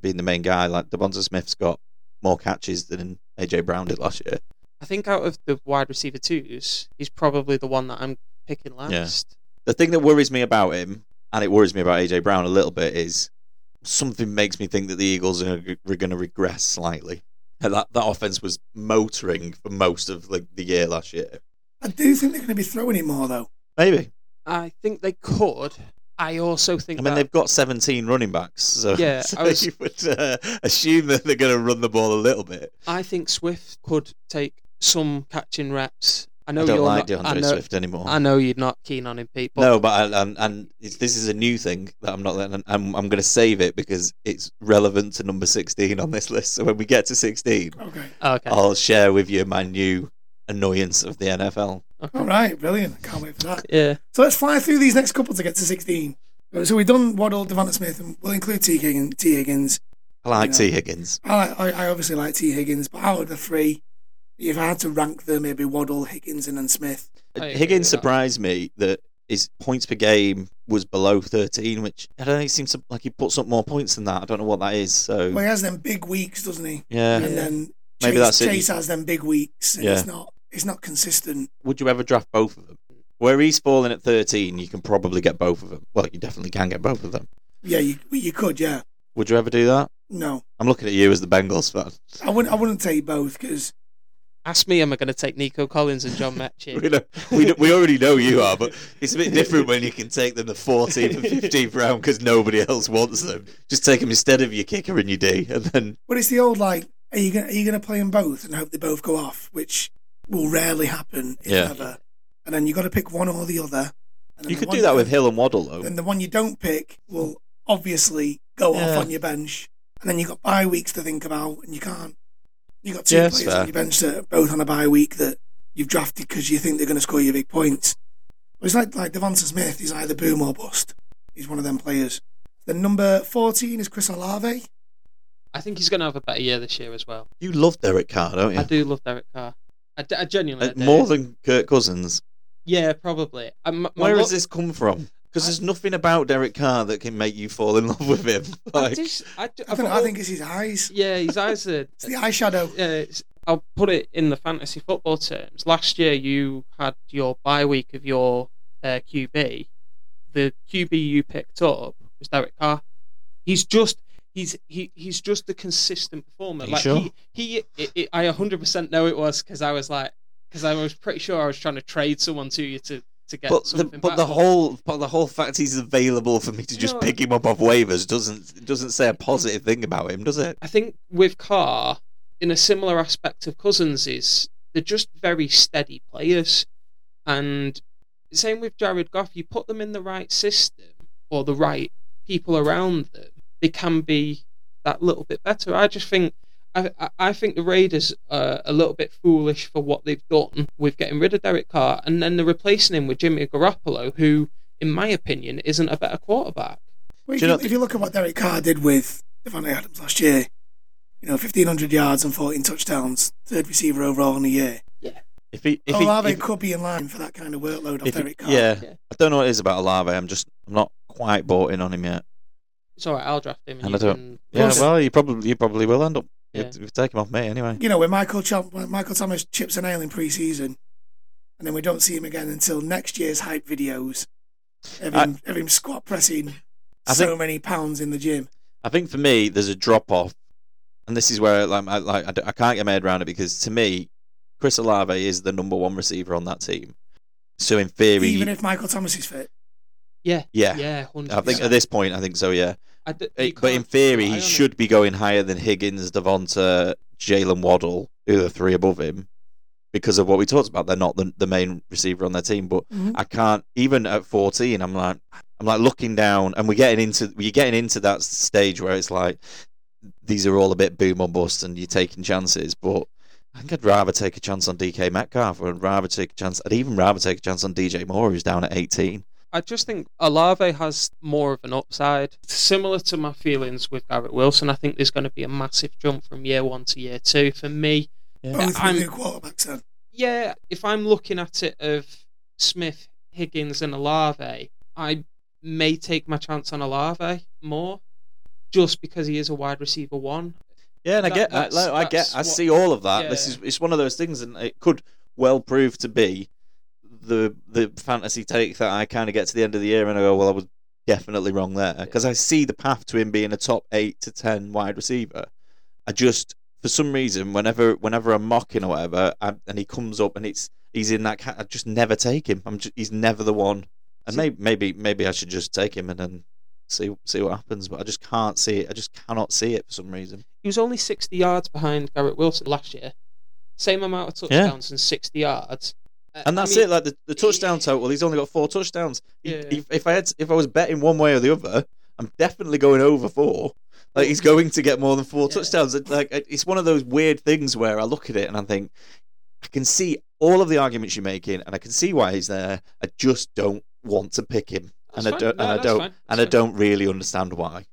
B: being the main guy. Like Devonta Smith's got more catches than AJ Brown did last year.
C: I think out of the wide receiver twos, he's probably the one that I'm picking last.
B: the thing that worries me about him, and it worries me about AJ Brown a little bit, is something makes me think that the Eagles are, are going to regress slightly. And that that offense was motoring for most of like the year last year.
A: I do think they're going to be throwing it more, though.
B: Maybe.
C: I think they could. I also
B: I
C: think.
B: mean,
C: that,
B: they've got 17 running backs, so,
C: Yeah,
B: so
C: I was-
B: you would uh, assume that they're going to run the ball a little bit.
C: I think Swift could take some catching reps. I I know
B: I don't
C: you're
B: like
C: not,
B: DeAndre
C: I know,
B: Swift anymore.
C: I know you're not keen on him, Pete. But
B: no, but I, and, and it's, this is a new thing that I'm not letting. I'm, I'm going to save it because it's relevant to number 16 on this list. So when we get to 16,
A: Okay.
C: okay.
B: I'll share with you my new annoyance of the NFL.
A: All right. Brilliant. I can't wait for that.
C: Yeah.
A: So let's fly through these next couple to get to 16. So we've done Waddle, Devonta Smith, and we'll include T. Higgins. T. Higgins.
B: I like
A: Yeah.
B: T. Higgins.
A: I, like, I, I obviously like T. Higgins, but out of the three, if I had to rank them, it'd be Waddle, Higgins, and then Smith.
C: I agree
B: Higgins
C: with that.
B: surprised me that his points per game was below 13, which I don't know. He seems to, like he puts up more points than that. I don't know what that is. So
A: Well, he has them big weeks, doesn't he?
B: yeah.
A: And then
B: Maybe
A: Chase,
B: that's it.
A: Chase has them big weeks, and it's
B: Yeah.
A: not it's not consistent.
B: would you ever draft both of them? Where he's falling at 13, you can probably get both of them. Well, you definitely can get both of them.
A: Yeah, you you could, yeah.
B: Would you ever do that?
A: No,
B: I'm looking at you as the Bengals fan.
A: I wouldn't. I wouldn't take both because
C: Ask me, am I going to take Nico Collins and John Mechie?
B: We, know, we, know- we already know you are, but it's a bit different when you can take them the 14th and 15th round because nobody else wants them. Just take them instead of your kicker and your D, and then
A: But it's the old like, are you gonna, are you going to play them both and hope they both go off, which will rarely happen if
B: Yeah.
A: ever. And then you got to pick one or the other. And then
B: you
A: the
B: could
A: one
B: do that with Hill and Waddle though.
A: Then the one you don't pick will obviously go
B: Yeah.
A: off on your bench, and then you got bye weeks to think about, and you can't. You got two
B: Yeah, that's
A: players on
B: fair.
A: your bench that are both on a bye week that you've drafted because you think they're going to score you big points. But it's like like Devonta Smith. He's either boom or bust. He's one of them players. Then number fourteen is Chris Olave.
C: I think he's going to have a better year this year as well.
B: You love Derek Carr, don't you?
C: I do love Derek Carr. I, d- I genuinely
B: Uh,
C: do.
B: More than Kirk Cousins.
C: yeah, probably. Um, my
B: Where
C: lo-
B: has this come from? Because there's nothing about Derek Carr that can make you fall in love with him.
C: I,
B: Like,
C: just, I, d-
A: I
C: I've
A: think, I
C: al-
A: think it's his eyes.
C: Yeah, his eyes are.
A: It's the eyeshadow.
C: uh, it's- I'll put it in the fantasy football terms. Last year, you had your bye week of your uh, QB. The QB you picked up was Derek Carr. He's just he's he, he's just a consistent performer.
B: Are you
C: like
B: sure?
C: he, he it, it, I 100% know it was because I was like because I was pretty sure I was trying to trade someone to you to to get
B: but the,
C: something.
B: but
C: back.
B: the whole but the whole fact he's available for me to just
C: No.
B: pick him up off waivers doesn't doesn't say a positive thing about him, does it?
C: I think with Carr, in a similar aspect of Cousins, is they're just very steady players. And same with Jared Goff, you put them in the right system or the right people around them, they can be that little bit better. I just think. I, I- I think the Raiders are a little bit foolish for what they've done with getting rid of Derek Carr, and then they're replacing him with Jimmy Garoppolo, who, in my opinion, isn't a better quarterback.
A: Well, if,
B: Do you
A: you,
B: not-
A: if you look at what Derek Carr did with Devontae Adams last year, you know, 1,500 yards and 14 touchdowns, third receiver overall in a year.
B: If he if he,
A: Olave
B: if-
A: could be in line for that kind of workload off
B: if he-
A: Derek Carr.
B: yeah,
C: Yeah.
B: I don't know what it is about Olave. I'm just I'm not quite bought in on him yet.
C: It's all right, I'll draft him.
B: And
C: you
B: I don't-
C: can-
B: Yeah,
A: Plus-
B: well, you probably you probably will end up.
C: Yeah.
B: You'd, you'd take him off me anyway.
A: You know, when Michael, Chom- when Michael Thomas chips a nail in preseason, and then we don't see him again until next year's hype videos of him, of him squat pressing
B: I
A: so
B: think-
A: many pounds in the gym.
B: I think for me, there's a drop off, and this is where like I like I, d- I can't get my head around it because to me, Chris Olave is the number one receiver on that team. So in theory,
A: Even if Michael Thomas is fit.
C: Yeah,
B: yeah,
C: yeah, 100%.
B: I think at this point, I think so. Yeah,
C: I d-
B: It-
C: you
B: but in
C: can't
B: theory,
C: rely
B: he
C: on him.
B: should be going higher than Higgins, Devonta, Jalen Waddle, who are the three above him, because of what we talked about. They're not the, the main receiver on their team, but I can't even at 14. I'm like, I'm like looking down, and we're getting into you're getting into that stage where it's like these are all a bit boom or bust, and you're taking chances. But I think I'd rather take a chance on DK Metcalf, or I'd rather take a chance. I'd even rather take a chance on DJ Moore, who's down at 18.
C: I just think Alave has more of an upside. Similar to my feelings with Garrett Wilson, I think there's going to be a massive jump from year one to year two. For me,
A: Both with
C: I'm-
A: new quarterbacks then.
C: yeah, if I'm looking at it of Smith, Higgins, and Alave, I may take my chance on Alave more just because he is a wide receiver one.
B: Yeah, and I
C: That-
B: get, I,
C: that's-
B: like, I get,
C: that's
B: I
C: what-
B: see all of that. This
C: yeah.
B: is it's one of those things, and it could well prove to be the the fantasy take that I kind of get to the end of the year and I go, well, I was definitely wrong there because I see the path to him being a top eight to ten wide receiver. I just for some reason whenever whenever I'm mocking or whatever, I, and he comes up and it's he's in that, ca- I just never take him. I'm just he's never the one, and
C: See-
B: maybe maybe maybe I should just take him and then see see what happens. But I just can't see it. I just cannot see it for some reason.
C: He was only 60 yards behind Garrett Wilson last year. Same amount of
B: Yeah.
C: touchdowns and 60 yards. Uh,
B: And that's it. Like the, the touchdown total, he's only got four touchdowns. He-
C: Yeah.
B: If, if I had, if I was betting one way or the other, I'm definitely going over four. Like he's going to get more than four
D: Yeah.
B: touchdowns. It- Like it- it's one of those weird things where I look at it and I think I can see all of the arguments you're making, and I can see why he's there. I just don't want to pick him, and
D: That's
B: I
D: fine.
B: don't,
D: No,
B: and I
D: that's
B: don't,
D: fine.
B: and
D: That's
B: I
D: fine.
B: don't really understand why.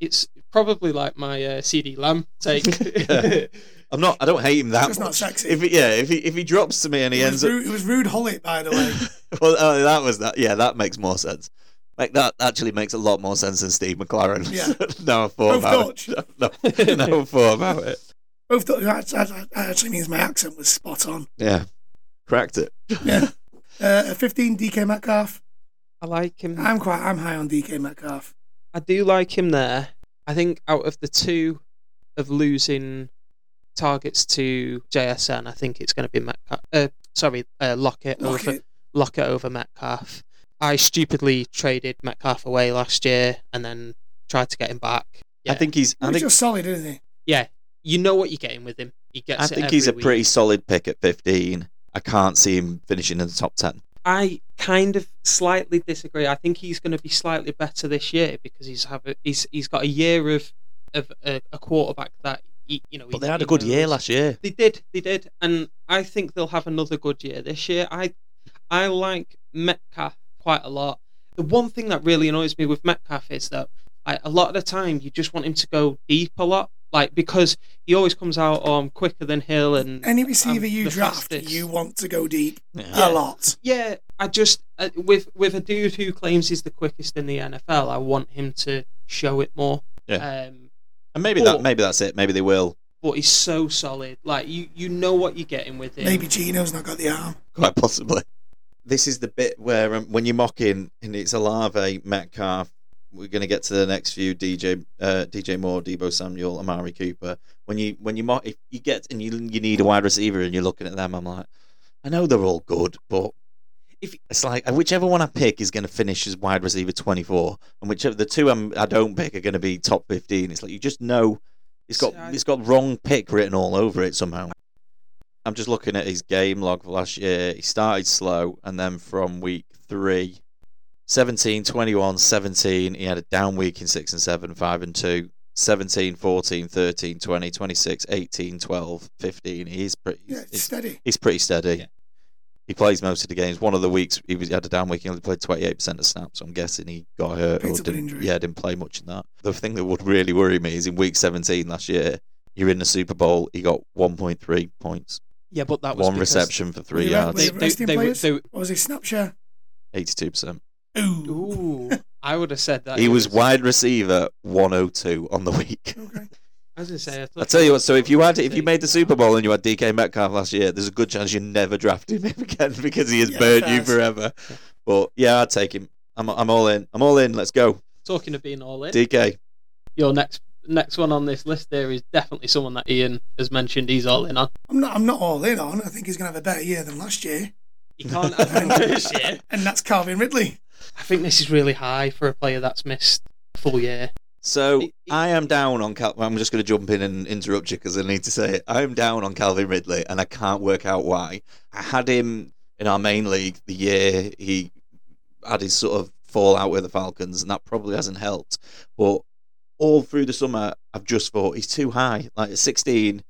D: It's probably like my uh, CD Lamb take.
B: Yeah. I'm not. I don't hate him that
A: It's
B: much.
A: not sexy.
B: If he, yeah, if he if he drops to me and he
A: it,
B: ends
A: was
B: up
A: rude, it was Rude Hollitt, by the way.
B: well, oh, that was that. Yeah, that makes more sense. Like that actually makes a lot more sense than Steve McLaren.
A: Yeah.
B: now I thought
A: Both
B: about it. No, now I thought about it.
A: Both th- that, that, that actually means my accent was spot on.
B: Yeah, cracked it.
A: Yeah. Uh, 15 DK Metcalf.
C: I like him.
A: I'm quite. I'm high on DK Metcalf.
C: I do like him there. I think out of the two of losing targets to JSN, I think it's going to be Metcalf. Uh, sorry, uh, Lockett,
A: Look
C: over
A: it.
C: Lockett over Metcalf. I stupidly traded Metcalf away last year and then tried to get him back. Yeah.
B: I think he's. I
A: He's
B: think.
A: just solid, isn't he?
C: you know what you're getting with him. He gets.
B: I
C: it
B: think he's a
C: every
B: pretty
C: week.
B: solid pick at 15. I can't see him finishing in the top 10.
C: I kind of slightly disagree. I think he's going to be slightly better this year because he's have a, he's he's got a year of of a, a quarterback that he, you know.
B: But
C: he-
B: they had
C: he
B: a good year
C: knows.
B: last year.
C: They did, they did, and I think they'll have another good year this year. I, I like Metcalf quite a lot. The one thing that really annoys me with Metcalf is that I, a lot of the time you just want him to go deep a lot, like because he always comes out on um, quicker than Hill and
A: Any receiver you
C: the
A: draft,
C: fastest.
A: you want to go deep a
B: Yeah.
A: lot.
C: yeah, I just uh, with with a dude who claims he's the quickest in the NFL, I want him to show it more.
B: Yeah.
C: Um,
B: And maybe that. Maybe that's it. Maybe they will.
C: but he's so solid. Like you, you know what you're getting with him.
A: Maybe Gino's not got the arm.
B: quite possibly. This is the bit where um, when you're mocking and it's Alave, Metcalf. We're going to get to the next few DJ, uh, DJ Moore, Debo Samuel, Amari Cooper. When you when you mock, if you get and you you need a wide receiver and you're looking at them, I'm like, I know they're all good, but
C: If-
B: it's like uh, whichever one I pick is going to finish as wide receiver 24, and whichever the two I'm, I don't pick are going to be top 15. It's like you just know it's got
C: See, I-
B: it's got wrong pick written all over it somehow. I'm just looking at his game log for last year. He started slow, and then from week three, 17, 21, 17, he had a down week in six and seven, five and two. 17, 14, 13, 20, 26, 18, 12, 15. He's pretty.
A: Yeah, it's
B: he's-
A: steady.
B: He's pretty steady.
D: Yeah.
B: He plays most of the games. One of the weeks he was he had a down week. He only played twenty eight percent of snaps. I'm guessing he got hurt or
A: Picked up an
B: didn't.
A: injury.
B: Yeah, didn't play much in that. The thing that would really worry me is in week seventeen last year. You're in the Super Bowl. He got one point three points,
C: yeah, but that was
B: one
C: because
B: reception for three
A: Was he right- was
B: yards,
A: he resting
C: were-
A: players?
C: they were-
A: What was he? Snapshare?
B: eighty two percent.
A: Ooh.
C: Ooh, I would have said that.
B: He was wide receiver one hundred two on the week.
A: Okay.
C: I was gonna say. I, thought-
B: I tell you what. So if you had, if you
C: Say-
B: made the Super Bowl and you had DK Metcalf last year, there's a good chance you never draft him again because he has
A: Yeah,
B: burned you
A: fair.
B: forever. But yeah, I'd take him. I'm, I'm all in. I'm all in. Let's go,
C: talking of being all in,
B: DK.
C: your next next one on this list there is definitely someone that Ian has mentioned. He's all in on.
A: I'm not. I'm not all in on. I think he's going to have a better year than last year,
C: You can't have him this year.
A: and that's Calvin Ridley.
C: I think this is really high for a player that's missed a full year.
B: So
C: It- it-
B: I am down on Cal. I'm just going to jump in and interrupt you because I need to say it. I am down on Calvin Ridley, and I can't work out why. I had him in our main league the year he had his sort of fallout with the Falcons, and that probably hasn't helped. But all through the summer, I've just thought he's too high. Like at 16,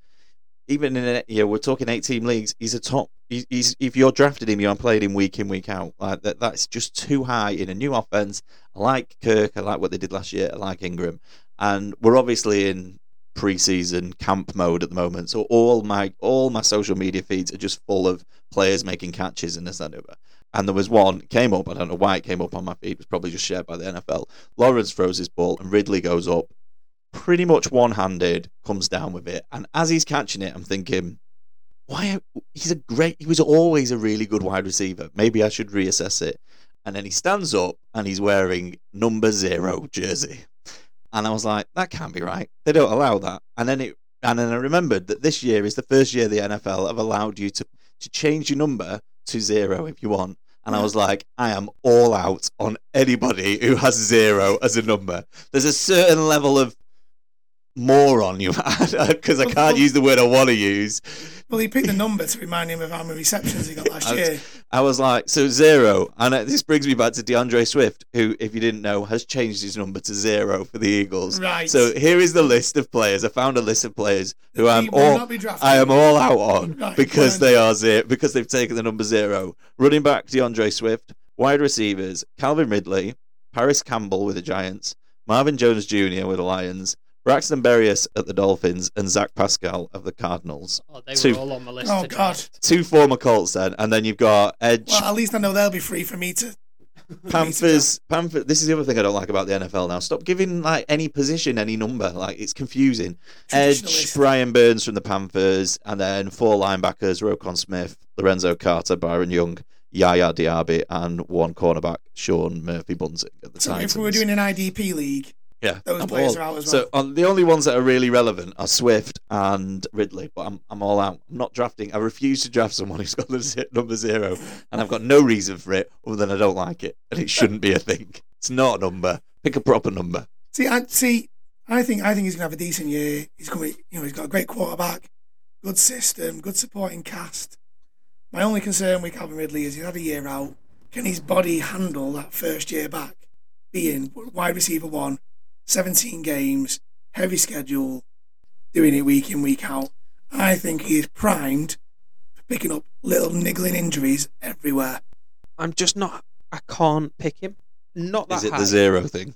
B: even in a, you know, we're talking 18 leagues, he's a top. he- He's if you're drafted him, you're playing him week in week out. Like that, that's just too high in a new offense. I like Kirk. I like what they did last year. I like Ingram and we're obviously in preseason camp mode at the moment. So all my all my social media feeds are just full of players making catches and this that, and the other. And there was one came up. I don't know why it came up on my feed. It was probably just shared by the NFL. Lawrence throws his ball and Ridley goes up, pretty much one handed, comes down with it. And as he's catching it, I'm thinking. Why he's a great he was always a really good wide receiver. Maybe I should reassess it. And then he stands up and he's wearing number zero jersey. And I was like, that can't be right. They don't allow that. And then it, and then I remembered that this year is the first year the NFL have allowed you to to change your number to zero if you want. And I was like, I am all out on anybody who has zero as a number. There's a certain level of moron you are because I can't use the word I want to use.
A: Well, he picked the number to remind him of how many receptions he got last
B: I was-
A: year.
B: I was like, so zero. And uh, this brings me back to DeAndre Swift, who, if you didn't know, has changed his number to zero for the Eagles.
A: Right.
B: So here is the list of players. I found a list of players who I'm
A: He will
B: all
A: not be drafted.
B: I am all out on
A: Right,
B: because
A: fine.
B: they are zero because they've taken the number zero. Running back DeAndre Swift, wide receivers Calvin Ridley, Paris Campbell with the Giants, Marvin Jones Jr. with the Lions, Braxton Berrios at the Dolphins, and Zach Pascal of the Cardinals.
D: Oh, they
B: Two.
D: were all on my list.
A: Oh,
D: to
A: God.
D: draft.
B: Two former Colts then, and then you've got Edge
A: Well, at least I know they'll be free for me to.
B: Panthers, Panthers. This is the other thing I don't like about the NFL now. Stop giving like any position any number. Like it's confusing. Edge,
A: Traditionalist.
B: Brian Burns from the Panthers, and then four linebackers: Rokon Smith, Lorenzo Carter, Byron Young, Yaya Diaby, and one cornerback, Sean Murphy Bunting at the
A: So
B: time.
A: if we were doing an IDP league,
B: yeah,
A: those
B: I'm
A: players
B: all-
A: are out as
B: So on, the only ones that are really relevant are Swift and Ridley, but I'm I'm all out. I'm not drafting. I refuse to draft someone who's got the ze- number zero, and I've got no reason for it other than I don't like it, and it shouldn't be a thing. It's not a number. Pick a proper number.
A: see, I see. I think I think he's gonna have a decent year. He's gonna, be- you know, he's got a great quarterback, good system, good supporting cast. My only concern with Calvin Ridley is he's had a year out. Can his body handle that first year back? Being wide receiver one, 17 games, heavy schedule, doing it week in, week out. I think he is primed for picking up little niggling injuries everywhere.
C: I'm just not. I can't pick him. Not that
B: Is it
C: high.
B: the zero thing?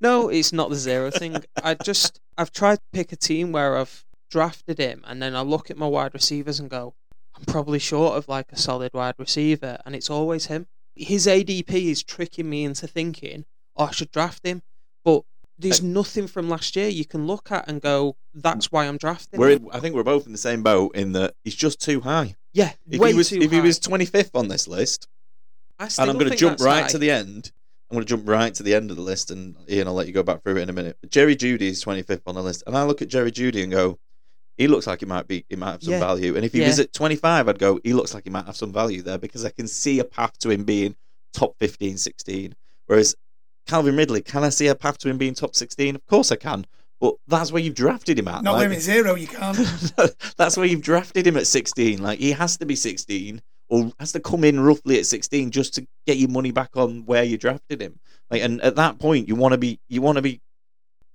C: No, it's not the zero thing. I just I've tried to pick a team where I've drafted him and then I look at my wide receivers and go, I'm probably short of like a solid wide receiver and it's always him. His ADP is tricking me into thinking, oh, I should draft him. But there's nothing from last year you can look at and go, that's why I'm drafting
B: We're
C: him.
B: in, I think we're both in the same boat in that he's just too high.
C: Yeah,
B: If
C: way
B: he was
C: too
B: if
C: high.
B: he was 25th on this list,
C: I still
B: and I'm
C: going to
B: jump right to the end. I'm going to jump right to the end of the list, and Ian, I'll let you go back through it in a minute. But Jerry Judy is 25th on the list, and I look at Jerry Judy and go, he looks like he might be, he might have some
C: Yeah.
B: value. And if he
C: Yeah.
B: was at 25, I'd go, he looks like he might have some value there because I can see a path to him being top 15, 16. Whereas Calvin Ridley, can I see a path to him being top 16? Of course I can, but that's where you've drafted him at.
A: Not
B: like-
A: wearing zero, you can't.
B: that's why you've drafted him at 16. Like he has to be 16 or has to come in roughly at 16 just to get your money back on where you drafted him. Like and at that point you want to be you want to be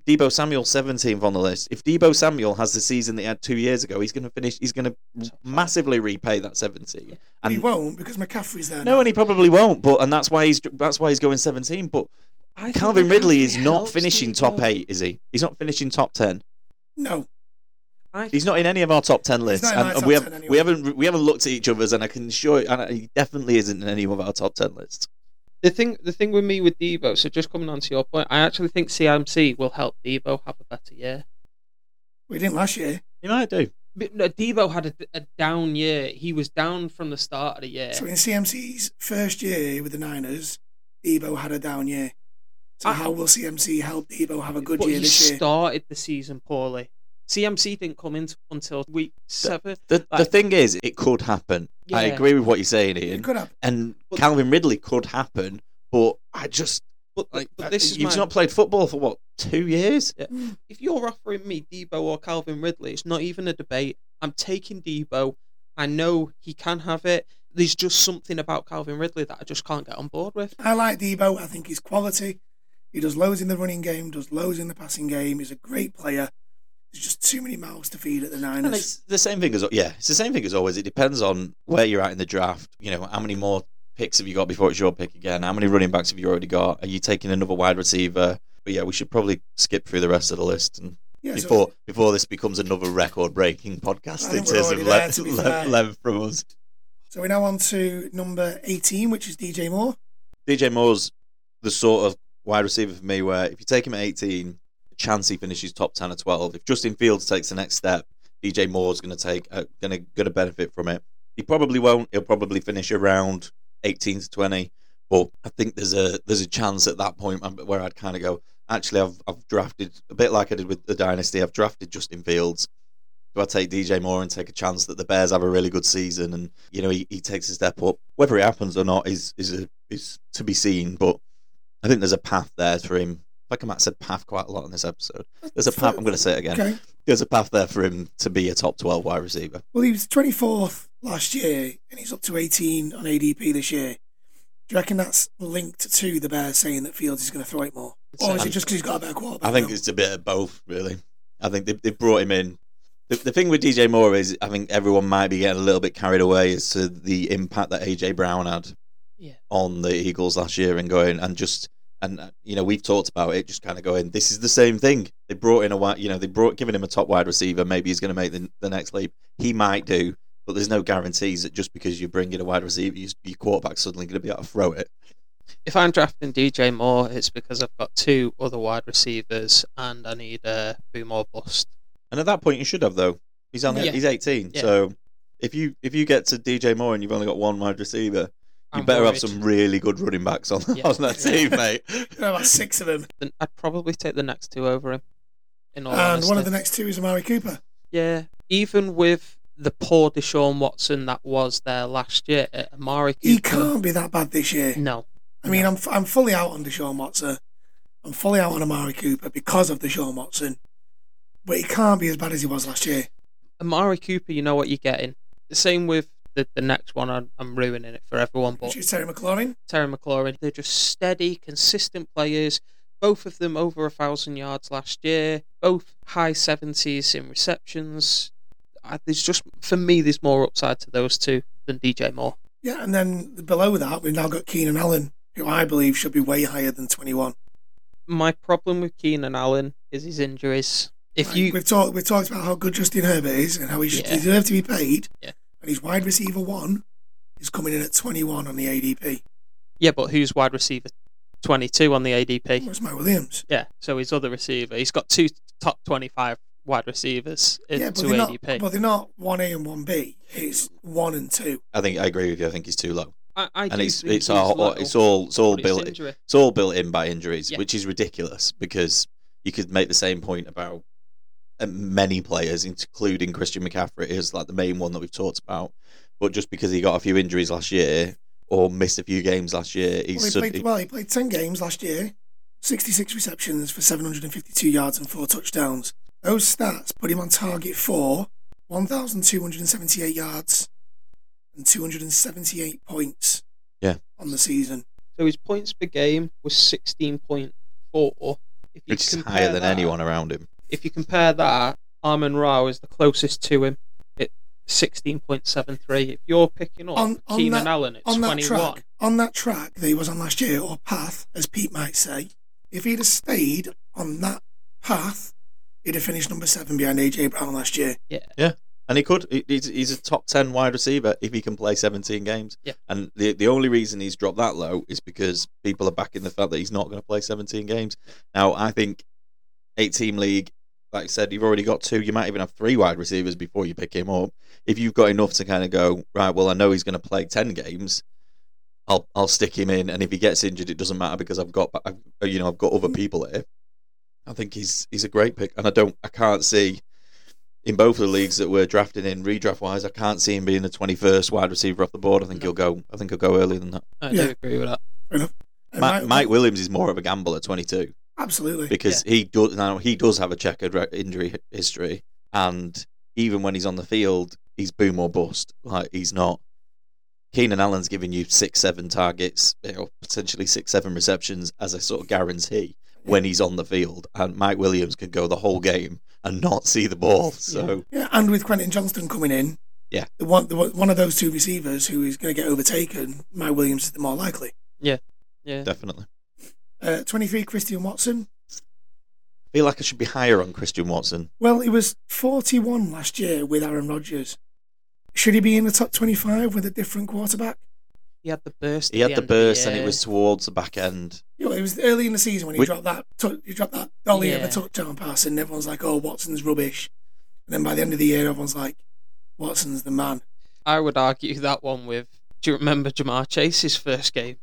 B: Debo Samuel 17th on the list. If Debo Samuel has the season that he had 2 years ago, he's going to finish he's going to massively repay that 17.
A: he
B: And
A: won't because McCaffrey's there.
B: no, and he probably won't, but and that's why he's that's why he's going 17, but
C: I think
B: Calvin
C: McCaffrey
B: Ridley is not
C: helps
B: finishing
C: me
B: top
C: go-
B: 8, is he? He's not finishing top 10.
A: no.
C: I
B: He's not in any of our top ten
A: He's
B: lists,
A: not in
B: and,
A: my
B: and
A: top
B: we have
A: 10 anyway.
B: we haven't we haven't looked at each other's, and I can show and I- he definitely isn't in any of our top ten lists.
C: The thing, the thing with me with Debo. So just coming on to your point, I actually think CMC will help Debo have a better year.
A: We didn't last year,
B: He might do.
C: But no, Debo had a, a down year. He was down from the start of the year.
A: so in CMC's first year with the Niners, Debo had a down year. So
B: Ah.
C: I-
A: how will CMC help Debo have a good
C: but
A: year
C: he
A: this year?
C: started the season poorly. CMC didn't come in until week seven.
B: The, the
C: Like-
B: thing is, it could happen. I
C: Yeah.
B: agree with what you're saying,
A: It
B: Ian.
A: could have.
B: And
C: But-
B: Calvin Ridley could happen, but I just
C: But,
B: like
C: but this is
B: you've
C: my,
B: not played football for what two years.
C: if you're offering me Debo or Calvin Ridley, it's not even a debate. I'm taking Debo. I know he can have it. There's just something about Calvin Ridley that I just can't get on board with.
A: I like Debo. I think he's quality. He does loads in the running game, does loads in the passing game. He's a great player. There's just too many mouths to feed at the
B: And
A: Niners.
B: it's the same thing as yeah, it's the same thing as always. It depends on where you're at in the draft. You know, how many more picks have you got before it's your pick again? How many running backs have you already got? Are you taking another wide receiver? But yeah, we should probably skip through the rest of the list and
A: Yeah, so
B: before before this becomes another record breaking podcast
A: I
B: in
A: think we're
B: terms of
A: already there,
B: le-
A: to be
B: le-
A: fair.
B: length from us.
A: So we're now on to number 18, which is DJ Moore.
B: DJ Moore's the sort of wide receiver for me where if you take him at 18, chance he finishes top 10 or 12. If Justin Fields takes the next step, DJ Moore's going to take uh, going to going to benefit from it. He probably won't. He'll probably finish around 18 to 20, but I think there's a there's a chance at that point um, where I'd kind of go. Actually, I've I've drafted a bit like I did with the dynasty. I've drafted Justin Fields. Do I take DJ Moore and take a chance that the Bears have a really good season and you know he, he takes a step up? Whether it happens or not is is a, is to be seen, but I think there's a path there for him like Matt said, path quite a lot in this episode. There's a path. I'm going to say it again.
A: Okay.
B: There's a path there for him to be a top 12 wide receiver.
A: Well, he was 24th last year, and he's up to 18 on ADP this year. Do you reckon that's linked to the Bears saying that Fields is going to throw it more, or is it just because he's got a better quarterback?
B: uh, I think
A: now?
B: it's a bit of both, really. I think they, they brought him in. The, the thing with DJ Moore is, I think everyone might be getting a little bit carried away as to the impact that AJ Brown had
C: Yeah.
B: on the Eagles last year and going and just and uh, you know we've talked about it, just kind of going, this is the same thing. They brought in a wide, you know, they brought given him a top wide receiver. Maybe he's going to make the, the next leap. He might do, but there's no guarantees that just because you bring in a wide receiver, your, your quarterback's suddenly going to be able to throw it.
C: If I'm drafting DJ Moore, it's because I've got two other wide receivers and I need uh, a boom or bust.
B: And at that point, you should have though. He's on.
C: Yeah.
B: He's eighteen.
C: Yeah.
B: So if you if you get to DJ Moore and you've only got one wide receiver, you
C: I'm
B: better
C: worried.
B: have some really good running backs on,
C: Yeah.
B: on that team, mate.
A: There are about six of them,
C: Then I'd probably take the next two over him. In all
A: and
C: honesty.
A: one
B: eh?
A: of the next two is Amari Cooper.
C: Yeah, even with the poor Deshaun uh, Watson that was there last year, Amari Cooper.
A: He can't be that bad this year.
C: No,
A: I mean, I'm I'm fully out on Deshaun Watson. I'm fully out on Amari Cooper because of Deshaun Watson, but he can't be as bad as he was last year.
C: Amari Cooper, you know what you're getting. The same with the, the next one. I'm, I'm ruining it for everyone, but
A: Which is Terry McLaurin.
C: Terry McLaurin, they're just steady, consistent players. Both of them over a thousand yards last year. Both high seventies in receptions. I, there's just for me, there's more upside to those two than DJ Moore.
A: Yeah, and then below that, we've now got Keenan Allen, who I believe should be way higher than 21.
C: My problem with Keenan Allen is his injuries. If
A: Like,
C: you
A: we've talked we've talked about how good Justin Herbert is and how he should
C: Yeah.
A: deserve to be paid.
C: Yeah.
A: And his wide receiver one is coming in at 21 on the ADP.
C: Yeah, but who's wide receiver 22 on the ADP?
A: Where's Mike Williams?
C: Yeah, so his other receiver. He's got two top 25 wide receivers in
A: yeah, but
C: two
A: they're not.
C: ADP.
A: But they're not one A and one B. It's one and two.
B: I think I agree with you. I think he's too low,
C: I, I
B: and
C: do
B: it's
C: think
B: it's
C: he's
B: all
C: low,
B: it's all it's all
C: but it's
B: built
C: injury.
B: it's all built in by injuries,
C: Yeah.
B: which is ridiculous because you could make the same point about uh, many players, including Christian McCaffrey, is like the main one that we've talked about. But just because he got a few injuries last year or missed a few games last year, he's
A: Well he,
B: suddenly-
A: played, well, he played 10 games last year, 66 receptions for 752 yards and four touchdowns. Those stats put him on target for 1,278 yards and 278 points
B: Yeah.
A: on the season.
C: So his points per game was 16.4. If you
B: which is
C: compare
B: higher than
C: that-
B: anyone around him.
C: If you compare that, Armin Rao is the closest to him. It 16.73. If you're picking up
A: On- on
C: Keenan
A: that-
C: Allen at
A: on
C: 21,
A: that track, on that track that he was on last year, or path, as Pete might say, if he'd have stayed on that path, he'd have finished number seven behind AJ Brown last year.
B: And he could. He- He's, he's a top 10 wide receiver if he can play 17 games.
C: Yeah.
B: And the, the only reason he's dropped that low is because people are backing the fact that he's not going to play 17 games. Now, I think eight team league, like I said, you've already got two. You might even have three wide receivers before you pick him up. If you've got enough to kind of go, right, well, I know he's going to play 10 games. I'll, I'll stick him in, and if he gets injured, it doesn't matter because I've got I've, you know I've got other people here. I think he's he's a great pick, and I don't I can't see in both of the leagues that we're drafting in redraft wise, I can't see him being the twenty first wide receiver off the board. I think
C: No.
B: he'll go. I think he'll go earlier than that.
C: I
A: Yeah.
C: do agree with that.
A: And
B: Mike, Mike Williams is more of a gamble at twenty two
A: absolutely.
B: because he does now he does have a checkered re- injury hi- history, and even when he's on the field, he's boom or bust. Like he's not. Keenan Allen's giving you six seven targets, you know, potentially six seven receptions as a sort of guarantee when he's on the field, and Mike Williams can go the whole game and not see the ball. So.
A: Yeah, and with Quentin Johnston coming in,
B: Yeah.
A: the one the, one- one of those two receivers who is going to get overtaken, Mike Williams is the more likely.
C: Yeah.
B: Definitely.
A: Uh, Twenty three, Christian Watson.
B: I feel like I should be higher on Christian Watson.
A: Well, he was forty one last year with Aaron Rodgers. Should he be in the top twenty five with a different quarterback?
C: He had the burst.
B: He
C: at
B: had the
C: the, end of the
B: burst, and it
C: year.
B: was towards the back end.
A: You know, it was early in the season when he
B: Which-
A: dropped that tu- he dropped that dolly of
C: Yeah.
A: a touchdown pass, and everyone's like, "Oh, Watson's rubbish," and then by the end of the year, everyone's like, "Watson's the man."
C: I would argue that one with. Do you remember Jamar Chase's first game?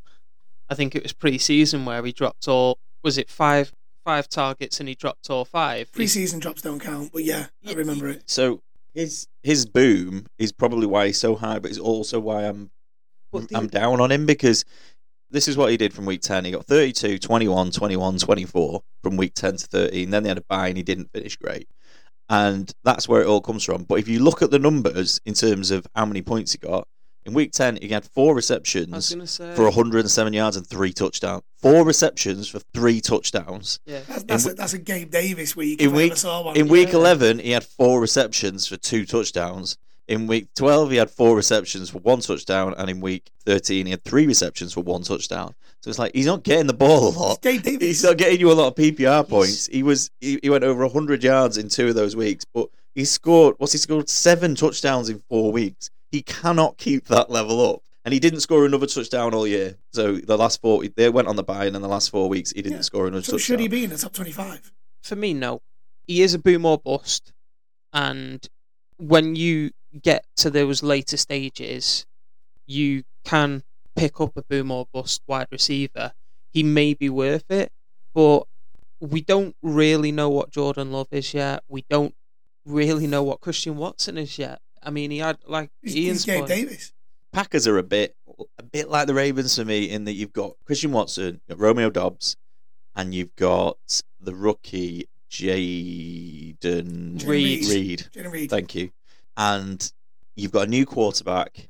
C: I think it was pre-season where he dropped all. Was it five five targets and he dropped all five? He's-
A: Preseason drops don't count, but yeah, I remember it.
B: So his his boom is probably why he's so high, but it's also why I'm
C: But the-
B: I'm down on him because This is what he did from week 10. He got 32, 21, 21, 24 from week 10 to 13. Then they had a bye and he didn't finish great. And that's where it all comes from. But if you look at the numbers in terms of how many points he got, in week 10, he had four
E: I was
B: receptions
E: gonna say
B: for 107 yards and three touchdowns. Four receptions for three touchdowns.
E: Yeah.
A: That's, that's, a, that's a game day this week.
B: in
A: if I
B: week-
A: ever saw one.
B: In week
E: Yeah.
B: 11, he had four receptions for two touchdowns. In week 12, he had four receptions for one touchdown. And in week 13, he had three receptions for one touchdown. So it's like he's not getting the ball a
A: It's
B: lot.
A: Gabe Davis.
B: He's not getting you a lot of PPR points. He was he, he went over 100 yards in two of those weeks, but he scored, what's he scored? Seven touchdowns in four weeks. He cannot keep that level up. And he didn't score another touchdown all year. So the last four, they went on the bye, and in the last four weeks, he didn't
A: Yeah.
B: score another
A: so
B: touchdown.
A: should he be in the top 25?
D: for me, no. He is a boom or bust, and when you get to those later stages, you can pick up a boom or bust wide receiver. He may be worth it, but we don't really know what Jordan Love is yet. We don't really know what Christian Watson is yet. I mean, he had like
A: He's,
D: Ian's
A: he's Gabe
D: point.
A: Davis.
B: Packers are a bit a bit like the Ravens for me in that you've got Christian Watson, you've got Romeo Dobbs, and you've got the rookie Jaden
A: Reed.
B: Reed.
A: Jaden Reed.
B: Thank you. And you've got a new quarterback,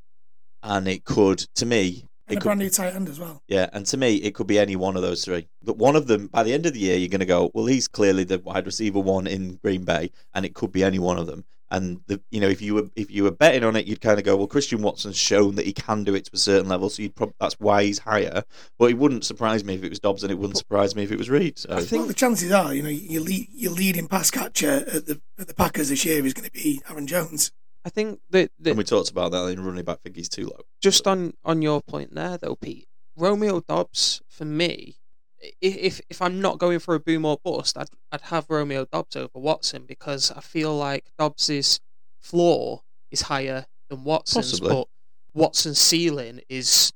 B: and it could, to me,
A: and
B: it
A: a
B: could,
A: brand new tight end as well.
B: yeah, and to me, it could be any one of those three. But one of them, by the end of the year, you're going to go, well, he's clearly the wide receiver one in Green Bay, and it could be any one of them. And the, you know, if you were if you were betting on it, you'd kind of go, well, Christian Watson's shown that he can do it to a certain level, so you'd prob- that's why he's higher. But it wouldn't surprise me if it was Dobbs, and it wouldn't surprise me if it was Reed. So.
D: I think-
A: well, the chances are, you know, your, lead, your leading pass catcher at the, at the Packers this year is going to be Aaron Jones.
D: I think that, that
B: and we talked about that in running back. I think he's too low.
D: just on on your point there though, Pete, Romeo Dobbs for me, i- if if I'm not going for a boom or bust, I'd I'd have Romeo Dobbs over Watson because I feel like Dobbs's floor is higher than Watson's,
B: Possibly.
D: but Watson's ceiling is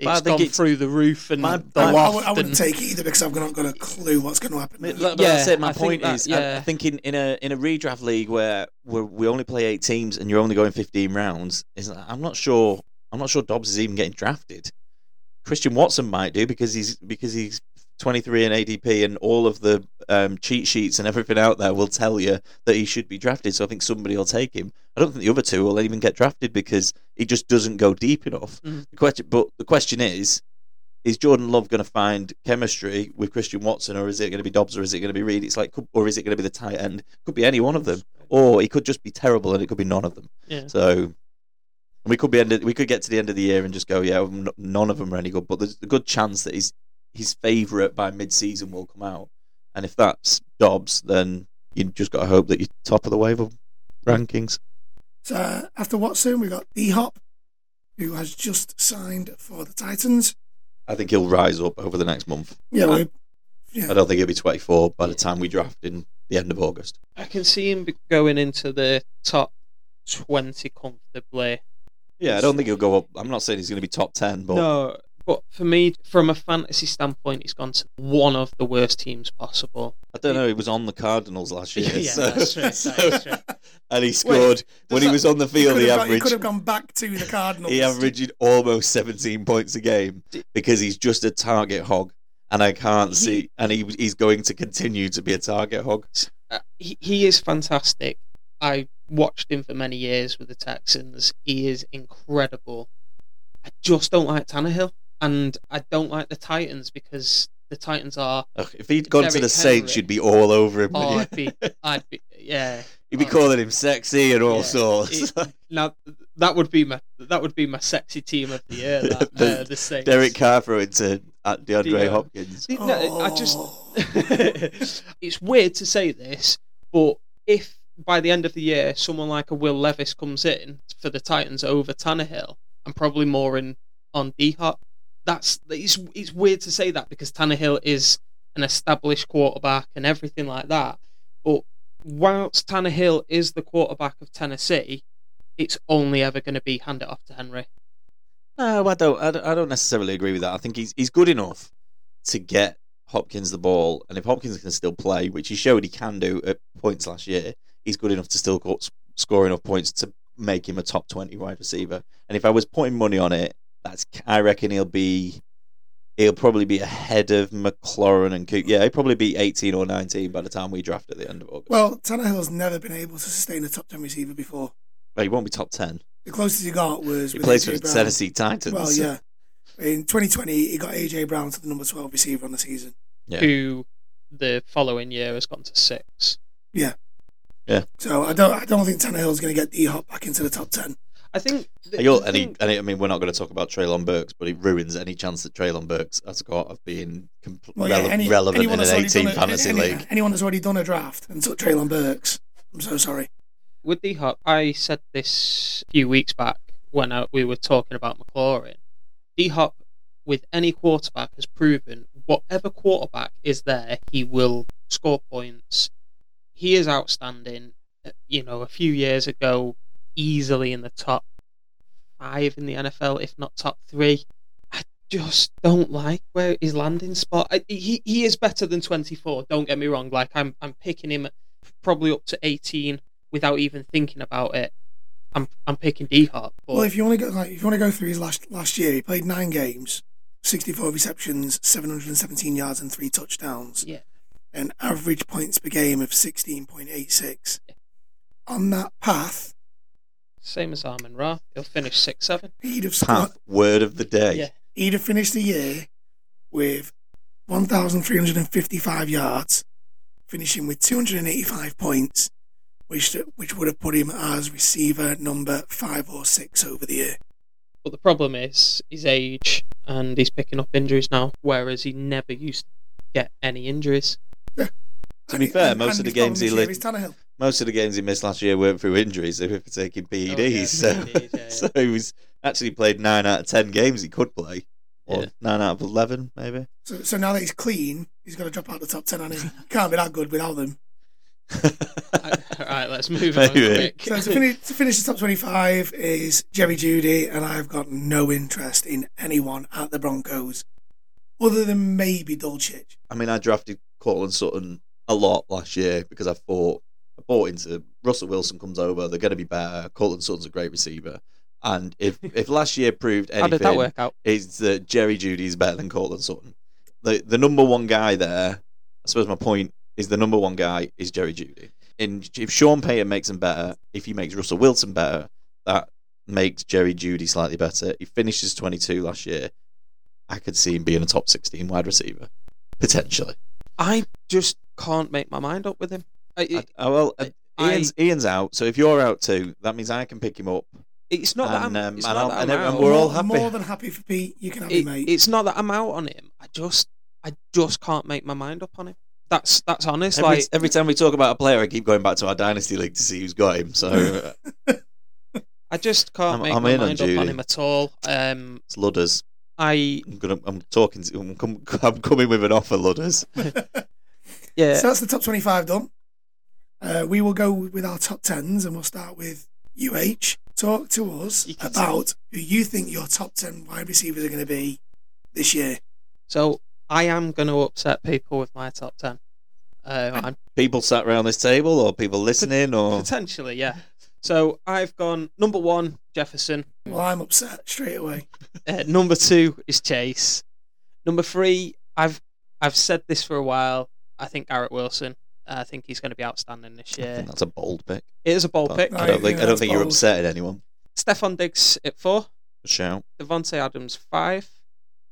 B: But I
D: it's
B: think
D: gone
B: it's-
D: through the roof and
B: My-
D: the
A: I, I,
D: loft
A: would- I wouldn't
D: and-
A: take it either because I've not got a clue what's going to happen.
B: But
A: there.
B: that- but that's
D: Yeah,
B: it. My
D: I think
B: point
D: that-
B: is, I, I
D: yeah.
B: think in, in a in a redraft league where where we only play eight teams and you're only going 15 rounds, is that I'm not sure. I'm not sure Dobbs is even getting drafted. Christian Watson might do because he's because he's 23 in ADP and all of the um, cheat sheets and everything out there will tell you that he should be drafted. So I think somebody will take him. I don't think the other two will even get drafted because he just doesn't go deep enough.
D: Mhm.
B: The question, but the question is, is Jordan Love going to find chemistry with Christian Watson, or is it going to be Dobbs, or is it going to be Reed? It's like, could- or is it going to be the tight end? Could be any one of them, or it could just be terrible, and it could be none of them.
D: Yeah.
B: So, and we could be end we could get to the end of the year and just go, yeah, n- none of them are any good. But there's a good chance that his his favourite by mid season will come out, and if that's Dobbs, then you just got to hope that you're top of the wave of rankings.
A: So uh, after Watson, we've got D Hop, who has just signed for the Titans.
B: I think he'll rise up over the next month.
A: Yeah, we-
B: I don't think he'll be 24 by the time we draft in the end of August.
D: I can see him be- going into the top twenty comfortably.
B: Yeah, I don't think he'll go up. I'm not saying he's going to be top 10, but
D: No, but for me, from a fantasy standpoint, he's gone to one of the worst teams possible.
B: I don't know. He was on the Cardinals last year.
D: Yeah,
B: so-
D: that's true, that is
B: so-
D: true.
B: And he scored when he
A: that-
B: was on the
A: He
B: field.
A: could
B: He
A: have got- He could
B: averaged
A: have gone back to the Cardinals.
B: he averaged almost 17 points a game because he's just a target hog, and I can't see. And he he's going to continue to be a target hog.
D: uh, he, he is fantastic. I watched him for many years with the Texans. He is incredible. I just don't like Tannehill, and I don't like the Titans because the Titans are.
B: Ugh, if he'd gone to
D: Derrick
B: the Saints,
D: Henry.
B: you'd be all over him.
D: Oh,
B: wouldn't
D: I'd be, I'd be, yeah.
B: you? You'd be
D: oh.
B: calling him sexy and all
D: Yeah,
B: sorts.
D: Now that would be my that would be my sexy team of the year. That, uh, the Saints.
B: Derek Carr throwing to at DeAndre
D: Yeah.
B: Hopkins.
D: See, no, I just
A: Oh.
D: it's weird to say this, but if by the end of the year someone like a Will Levis comes in for the Titans over Tannehill, I'm probably more in on D Hop. That's it's it's weird to say that because Tannehill is an established quarterback and everything like that. But whilst Tannehill is the quarterback of Tennessee, it's only ever going to be hand it off to Henry.
B: No, I don't, I don't. I don't necessarily agree with that. I think he's he's good enough to get Hopkins the ball, and if Hopkins can still play, which he showed he can do at points last year, he's good enough to still go, score enough points to make him a top twenty wide receiver. And if I was putting money on it, that's I reckon he'll be he'll probably be ahead of McLaurin and Coop. Yeah, he'll probably be 18 or 19 by the time we draft at the end of August.
A: Well, Tannehill's never been able to sustain a top 10 receiver before.
B: Well, he won't be top 10.
A: The closest he got was
B: He
A: with
B: plays
A: AJ
B: for the
A: Brown.
B: Tennessee Titans.
A: Well, yeah. In 2020, he got AJ Brown to the number 12 receiver on the season.
B: Yeah.
D: who the following year has gone to six.
A: So I don't, I don't think Tannehill's going to get D Hop back into the top 10.
D: I think. The,
B: And, you'll,
D: the
B: and, he,
D: thing-
B: and he- I mean, we're not going to talk about Traylon Burks, but it ruins any chance that Traylon Burks has got of being compl-
A: Well,
B: rele-
A: yeah, any-
B: relevant
A: anyone
B: in an
A: that's already
B: 18
A: done a-
B: fantasy
A: any-
B: league.
A: Anyone that's already done a draft and took Traylon Burks. I'm so sorry.
D: with D Hop, I said this a few weeks back when I, we were talking about McLaurin. D Hop, with any quarterback, has proven whatever quarterback is there, he will score points. He is outstanding. Uh, You know, a few years ago, easily in the top five in the NFL, if not top three. I Just don't like where his landing spot. I, he he is better than twenty four. Don't get me wrong. Like I'm I'm picking him probably up to eighteen without even thinking about it, I'm I'm picking D Hop. But
A: Well, if you want to go, like, if you want to go through his last last year, he played nine games, 64 receptions, 717 yards, and three touchdowns.
D: Yeah.
A: An average points per game of 16.86. On that path,
D: same as Armin Ra, he'll finish six seven.
A: he'd have scored,
B: Pat, word of the day.
D: Yeah.
A: he'd have finished the year with 1,355 yards, finishing with 285 points, which which would have put him as receiver number five or six over the year.
D: But the problem is his age, and he's picking up injuries now, whereas he never used to get any injuries.
B: To be
A: And-
B: fair,
A: and-
B: most
A: and
B: of the
A: his problem
B: games he
A: this year
B: lived-
A: is Tannehill.
B: Most of the games he missed last year weren't through injuries. They were for taking
D: Oh,
B: PEDs. so,
D: PEDs, E yeah, yeah.
B: so he was actually played nine out of 10 games he could play, or
C: Yeah.
B: nine out of 11, maybe.
A: So, so now that he's clean, he's got to drop out the top 10 and he can't be that good without them.
D: All right, let's move on
B: Anyway.
D: quick.
A: So to finish, to finish the top 25 is Jerry Judy, and I've got no interest in anyone at the Broncos other than maybe Dulcich.
B: I mean, I drafted Cortland Sutton a lot last year because I thought I bought into Russell Wilson comes over, they're going to be better. Cortland Sutton's a great receiver, and if if last year proved
C: How did that
B: anything,
C: work out?
B: it's that Jerry Judy is better than Cortland Sutton. The the number one guy there, I suppose my point is the number one guy is Jerry Judy. And if Sean Payton makes him better, if he makes Russell Wilson better, that makes Jerry Judy slightly better. He finishes 22 last year. I could see him being a top 16 wide receiver potentially.
C: I just can't make my mind up with him. I,
B: I,
C: it,
B: I- well, I-
C: I-
B: Ian's, Ian's out, so if you're out too, that means I can pick him up.
C: it's not that
B: And,
C: I'm.
B: um,
C: It's
B: and
C: not
B: I'll-
C: that
B: and
C: I'm
B: everyone-
C: out.
B: we're all
A: more,
B: happy.
A: More than happy for Pete. You can have
C: It-
A: him, mate.
C: it's not that I'm out on him. I just, I just can't make my mind up on him. That's that's honest.
B: every,
C: like
B: every time we talk about a player, I keep going back to our dynasty league to see who's got him. So uh,
C: I just can't
B: I'm-
C: make
B: I'm
C: my
B: in on
C: mind up on
B: Judy.
C: him at all. Um,
B: it's Ludders.
C: I
B: I'm gonna. I'm talking. To, I'm, com- I'm coming with an offer, Ludders.
C: yeah.
A: So that's the top 25 done. Uh, we will go with our top 10s and we'll start with UH. Talk to us
D: You can
A: about who you think your top 10 wide receivers are going to be this year.
D: So I am going to upset people with my top ten. Uh, I'm
B: People sat around this table, or people listening, or
D: potentially yeah. So I've gone number one Jefferson.
A: Well, I'm upset straight away.
D: Uh, number two is Chase. Number three, I've I've said this for a while. I think Garrett Wilson. I think he's going to be outstanding this
B: I
D: year.
B: think that's a bold pick.
D: It is a bold
B: But
D: pick.
B: I
A: Right,
B: don't think.
A: yeah,
B: I don't
A: that's
B: think you're
A: bold.
B: upsetting anyone.
D: Stefan Diggs at four.
B: Shout
D: Devontae Adams five.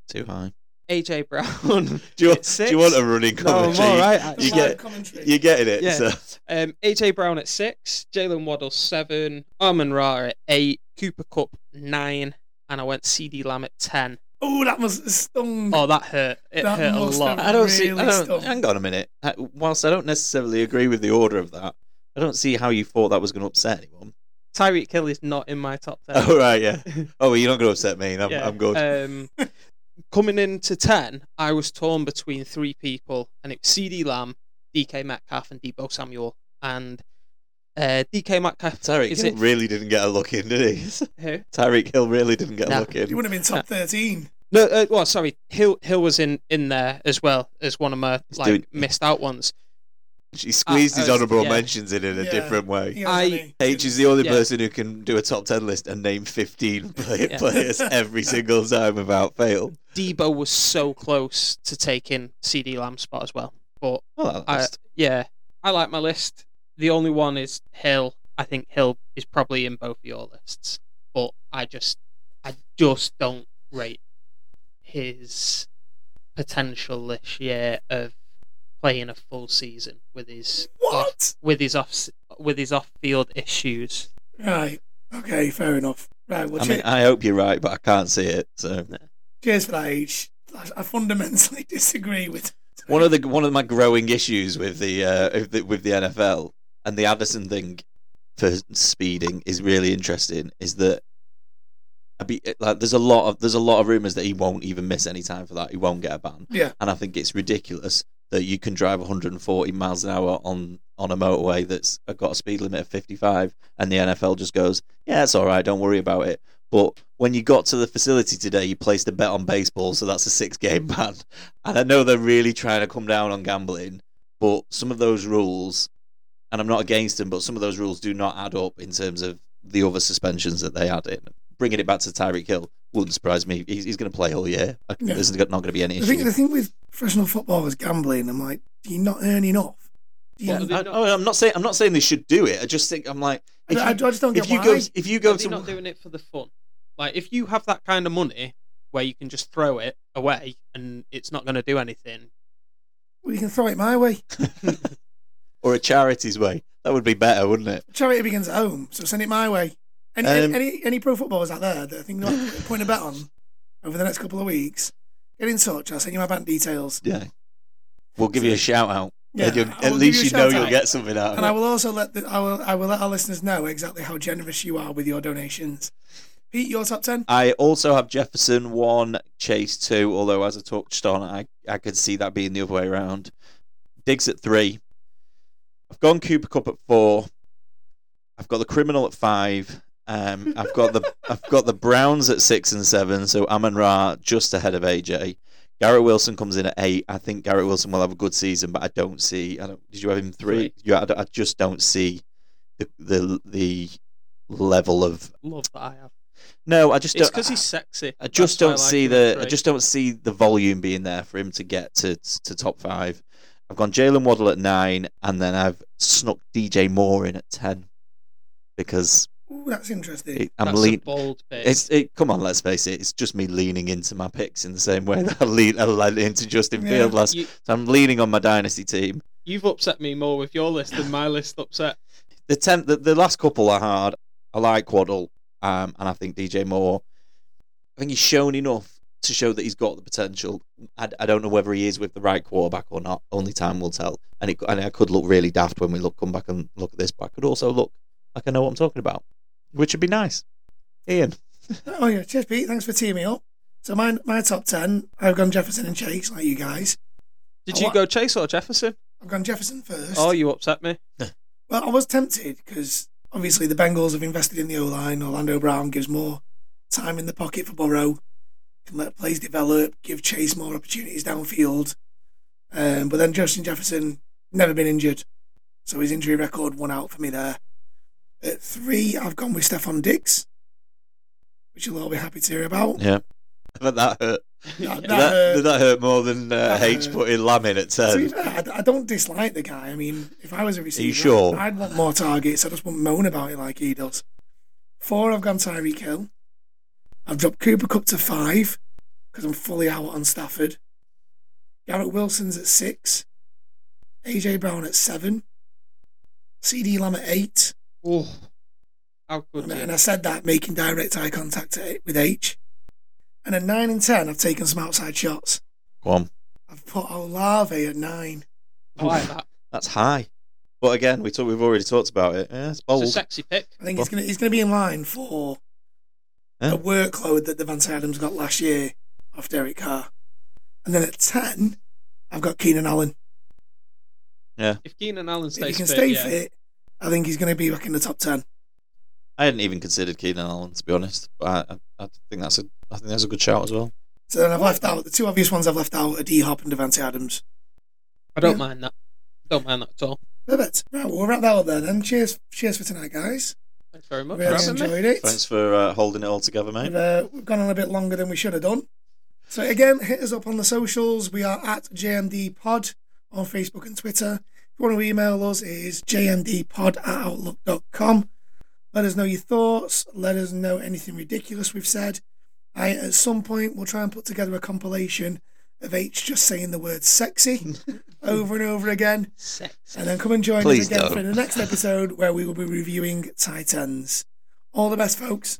B: too high.
D: AJ Brown.
B: Do you
D: at
B: want, do
D: six.
B: you want a running
D: No, I'm
B: commentary?
D: all right.
B: You
A: Live
B: get-
A: commentary.
B: You're getting it.
D: Yeah.
B: so.
D: Um, AJ Brown at six. Jalen Waddle seven. Armin Ra at eight. Cooper Cup nine. And I went CD Lamb at ten.
A: Oh, that must have stung.
D: Oh, that hurt. It
A: That
D: hurt a
A: must
D: lot.
A: have-
B: I don't see.
A: Really
B: I don't,
A: stumped.
B: hang on a minute. I, whilst I don't necessarily agree with the order of that, I don't see how you thought that was going to upset anyone.
D: Tyreek Hill is not in my top ten.
B: Oh right, yeah. Oh, well, you're not going to upset me. I'm,
D: Yeah,
B: I'm good.
D: Um, coming into 10, I was torn between three people, and it was CD Lamb, DK Metcalf, and Debo Samuel. And uh, DK Metcalf.
B: Tyreek
D: is
B: Hill
D: it-
B: really didn't get a look in, did he?
D: Who?
B: Tyreek Hill really didn't get a
D: No.
B: look
A: You
B: in.
A: would have been top 13.
D: No, uh, well, sorry. Hill Hill was in, in there as well as one of my
B: He's
D: like
B: doing-
D: missed out ones.
B: She squeezed his
D: I was-
B: honourable
D: Uh, yeah.
B: mentions in in a
A: Yeah.
B: different way.
A: Yeah,
D: I-
A: mean,
B: H is the only
D: Yeah.
B: person who can do a top 10 list and name 15 play-
D: Yeah.
B: players every single time without fail.
D: Debo was so close to taking CD Lamb's spot as well. But
B: Well,
D: I, yeah, I like my list. The only one is Hill. I think Hill is probably in both of your lists, but I just, I just don't rate his potential this year of playing a full season with his off,
A: What?
D: with his off with his off field issues.
A: Right. Okay, fair enough. Right, well,
B: I
A: che-
B: mean, I hope you're right, but I can't see it. So
A: cheers for that, H. I, I fundamentally disagree with.
B: one of the one of my growing issues with the, uh, with the with the NFL and the Addison thing for speeding is really interesting. Is that I be like there's a lot of there's a lot of rumors that he won't even miss any time for that. He won't get a ban.
A: Yeah.
B: and I think it's ridiculous that you can drive 140 miles an hour on on a motorway that's got a speed limit of 55, and the NFL just goes, "Yeah, it's all right, don't worry about it." But when you got to the facility today, you placed a bet on baseball, so that's a six-game ban. And I know they're really trying to come down on gambling, but some of those rules, and I'm not against them, but some of those rules do not add up in terms of the other suspensions that they add in. Bringing it back to Tyreek Hill wouldn't surprise me. He's, he's going to play all year. I,
A: Yeah.
B: There's not going to be any
A: The
B: issue.
A: thing, the thing with professional footballers gambling, I'm like, do you not earn enough? Do you,
D: Well,
A: I,
D: they-
B: I, oh, I'm not saying I'm not saying they should do it. I just think I'm like if
A: I- I
B: you,
A: just don't get
B: if you
A: why.
B: go if you go
D: Are they not
B: to
D: doing it for the fun? Like, if you have that kind of money where you can just throw it away and it's not going to do anything,
A: we can throw it my way.
B: or a charity's way, that would be better, wouldn't it?
A: Charity begins at home, so send it my way. Any
B: Um,
A: any any pro footballers out there that I think they're putting a bet on over the next couple of weeks, get in touch. I'll send you my bank details.
B: Yeah, we'll give you a shout out.
A: Yeah,
B: And you'll-
A: I
B: at
A: will
B: least
A: give
B: you
A: you a
B: know
A: shout
B: you'll
A: out.
B: get something out
A: And I
B: of it.
A: will also let the, I will I will let our listeners know exactly how generous you are with your donations. Pete, your top ten.
B: I also have Jefferson one, Chase two. Although as I touched on, I I could see that being the other way around. Diggs at three. I've gone Cooper Cup at four. I've got the criminal at five. Um, I've got the I've got the Browns at six and seven. So Amon Ra just ahead of AJ. Garrett Wilson comes in at eight. I think Garrett Wilson will have a good season, but I don't see. I don't. Did you have him three?
D: Three.
B: Yeah, I, don't- I just don't see the the the level of.
D: love that I have.
B: No, I just
D: It's
B: don't.
D: because he's sexy.
B: I just
D: That's why
B: don't
D: like
B: see
D: him
B: the
D: at
B: I
D: three.
B: just don't see the volume being there for him to get to to top five. I've gone Jalen Waddle at nine, and then I've snuck DJ Moore in at ten because
A: Ooh, that's interesting.
B: it, I'm
D: That's a
B: lean.
D: bold pick.
B: It's it, come on, let's face it. It's just me leaning into my picks in the same way that I lean I leaned into Justin
A: Yeah.
B: Field last.
D: You,
B: So I'm leaning on my dynasty team.
D: you've upset me more with your list than my list upset.
B: the ten, the, the last couple are hard. I like Waddle, um, and I think DJ Moore. I think he's shown enough to show that he's got the potential. I, I don't know whether he is with the right quarterback or not. Only time will tell. And it and I could look really daft when we look come back and look at this, but I could also look like I know what I'm talking about, which would be nice. Ian,
A: Oh yeah, cheers, Pete. Thanks for teaming up. So my my top ten. I've gone Jefferson and Chase, like you guys.
D: Did
A: I
D: you
A: wa-
D: go Chase or Jefferson?
A: I've gone Jefferson first.
D: Oh, you upset me.
A: Well, I was tempted because obviously the Bengals have invested in the O line. Orlando Brown gives more time in the pocket for Burrow, can let plays develop, give Chase more opportunities downfield. Um, but then Justin Jefferson never been injured, so his injury record won out for me there. At three, I've gone with Stefan Diggs, which you'll all be happy to hear about.
B: yeah, but that hurt.
A: That-
B: Did
A: that
B: That,
A: hurt.
B: did that hurt more than uh,
A: That
B: H
A: hurt.
B: putting Lamb in at
A: To be
B: ten.
A: fair, I, I don't dislike the guy. I mean, if I was a receiver,
B: sure?
A: I'd want more targets. I just wouldn't moan about it like he does. Four, I've gone Tyreek Hill. I've dropped Cooper Cup to five because I'm fully out on Stafford. Garrett Wilson's at six. AJ Brown at seven. CD Lamb at eight.
D: Oh, how good.
A: And,
D: you-
A: and I said that making direct eye contact at eight- with H. And at nine and ten, I've taken some outside shots.
B: Go on.
A: I've put Olave at nine.
D: I
A: Oh.
D: like that.
B: That's high. But again, we talk, we've already talked about it. Yeah, it's bold.
D: It's a sexy pick.
A: I think he's gonna he's gonna be in line for
B: Yeah.
A: the workload that Devante Adams got last year off Derek Carr. And then at ten, I've got Keenan Allen.
D: If Keenan Allen
A: if he
D: stays
A: can
D: fit,
A: stay
D: yeah.
A: fit, I think he's gonna be back in the top ten.
B: I hadn't even considered Keenan Allen to be honest, but I, I, I think that's a I think that's a good shout as well.
A: So then I've left out the two obvious ones I've left out are D Hop and Devante Adams.
D: I don't
A: Yeah.
D: mind that. Don't mind that at all.
A: Perfect. Right, well, we'll wrap that up there then. Cheers, cheers for tonight, guys.
D: Thanks very much.
A: Really
D: for having me.
A: enjoyed it.
B: Thanks for uh, holding it all together, mate.
A: We've, uh, we've gone on a bit longer than we should have done. So again, hit us up on the socials. We are at JMD Pod on Facebook and Twitter. If you want to email us, it is jmdpod at outlook.com. Let us know your thoughts. Let us know anything ridiculous we've said. I, at some point, will try and put together a compilation of H just saying the word sexy over and over again.
D: Sex.
A: And then come and join
B: Please
A: us again
B: don't.
A: for the next episode where we will be reviewing Titans. All the best, folks.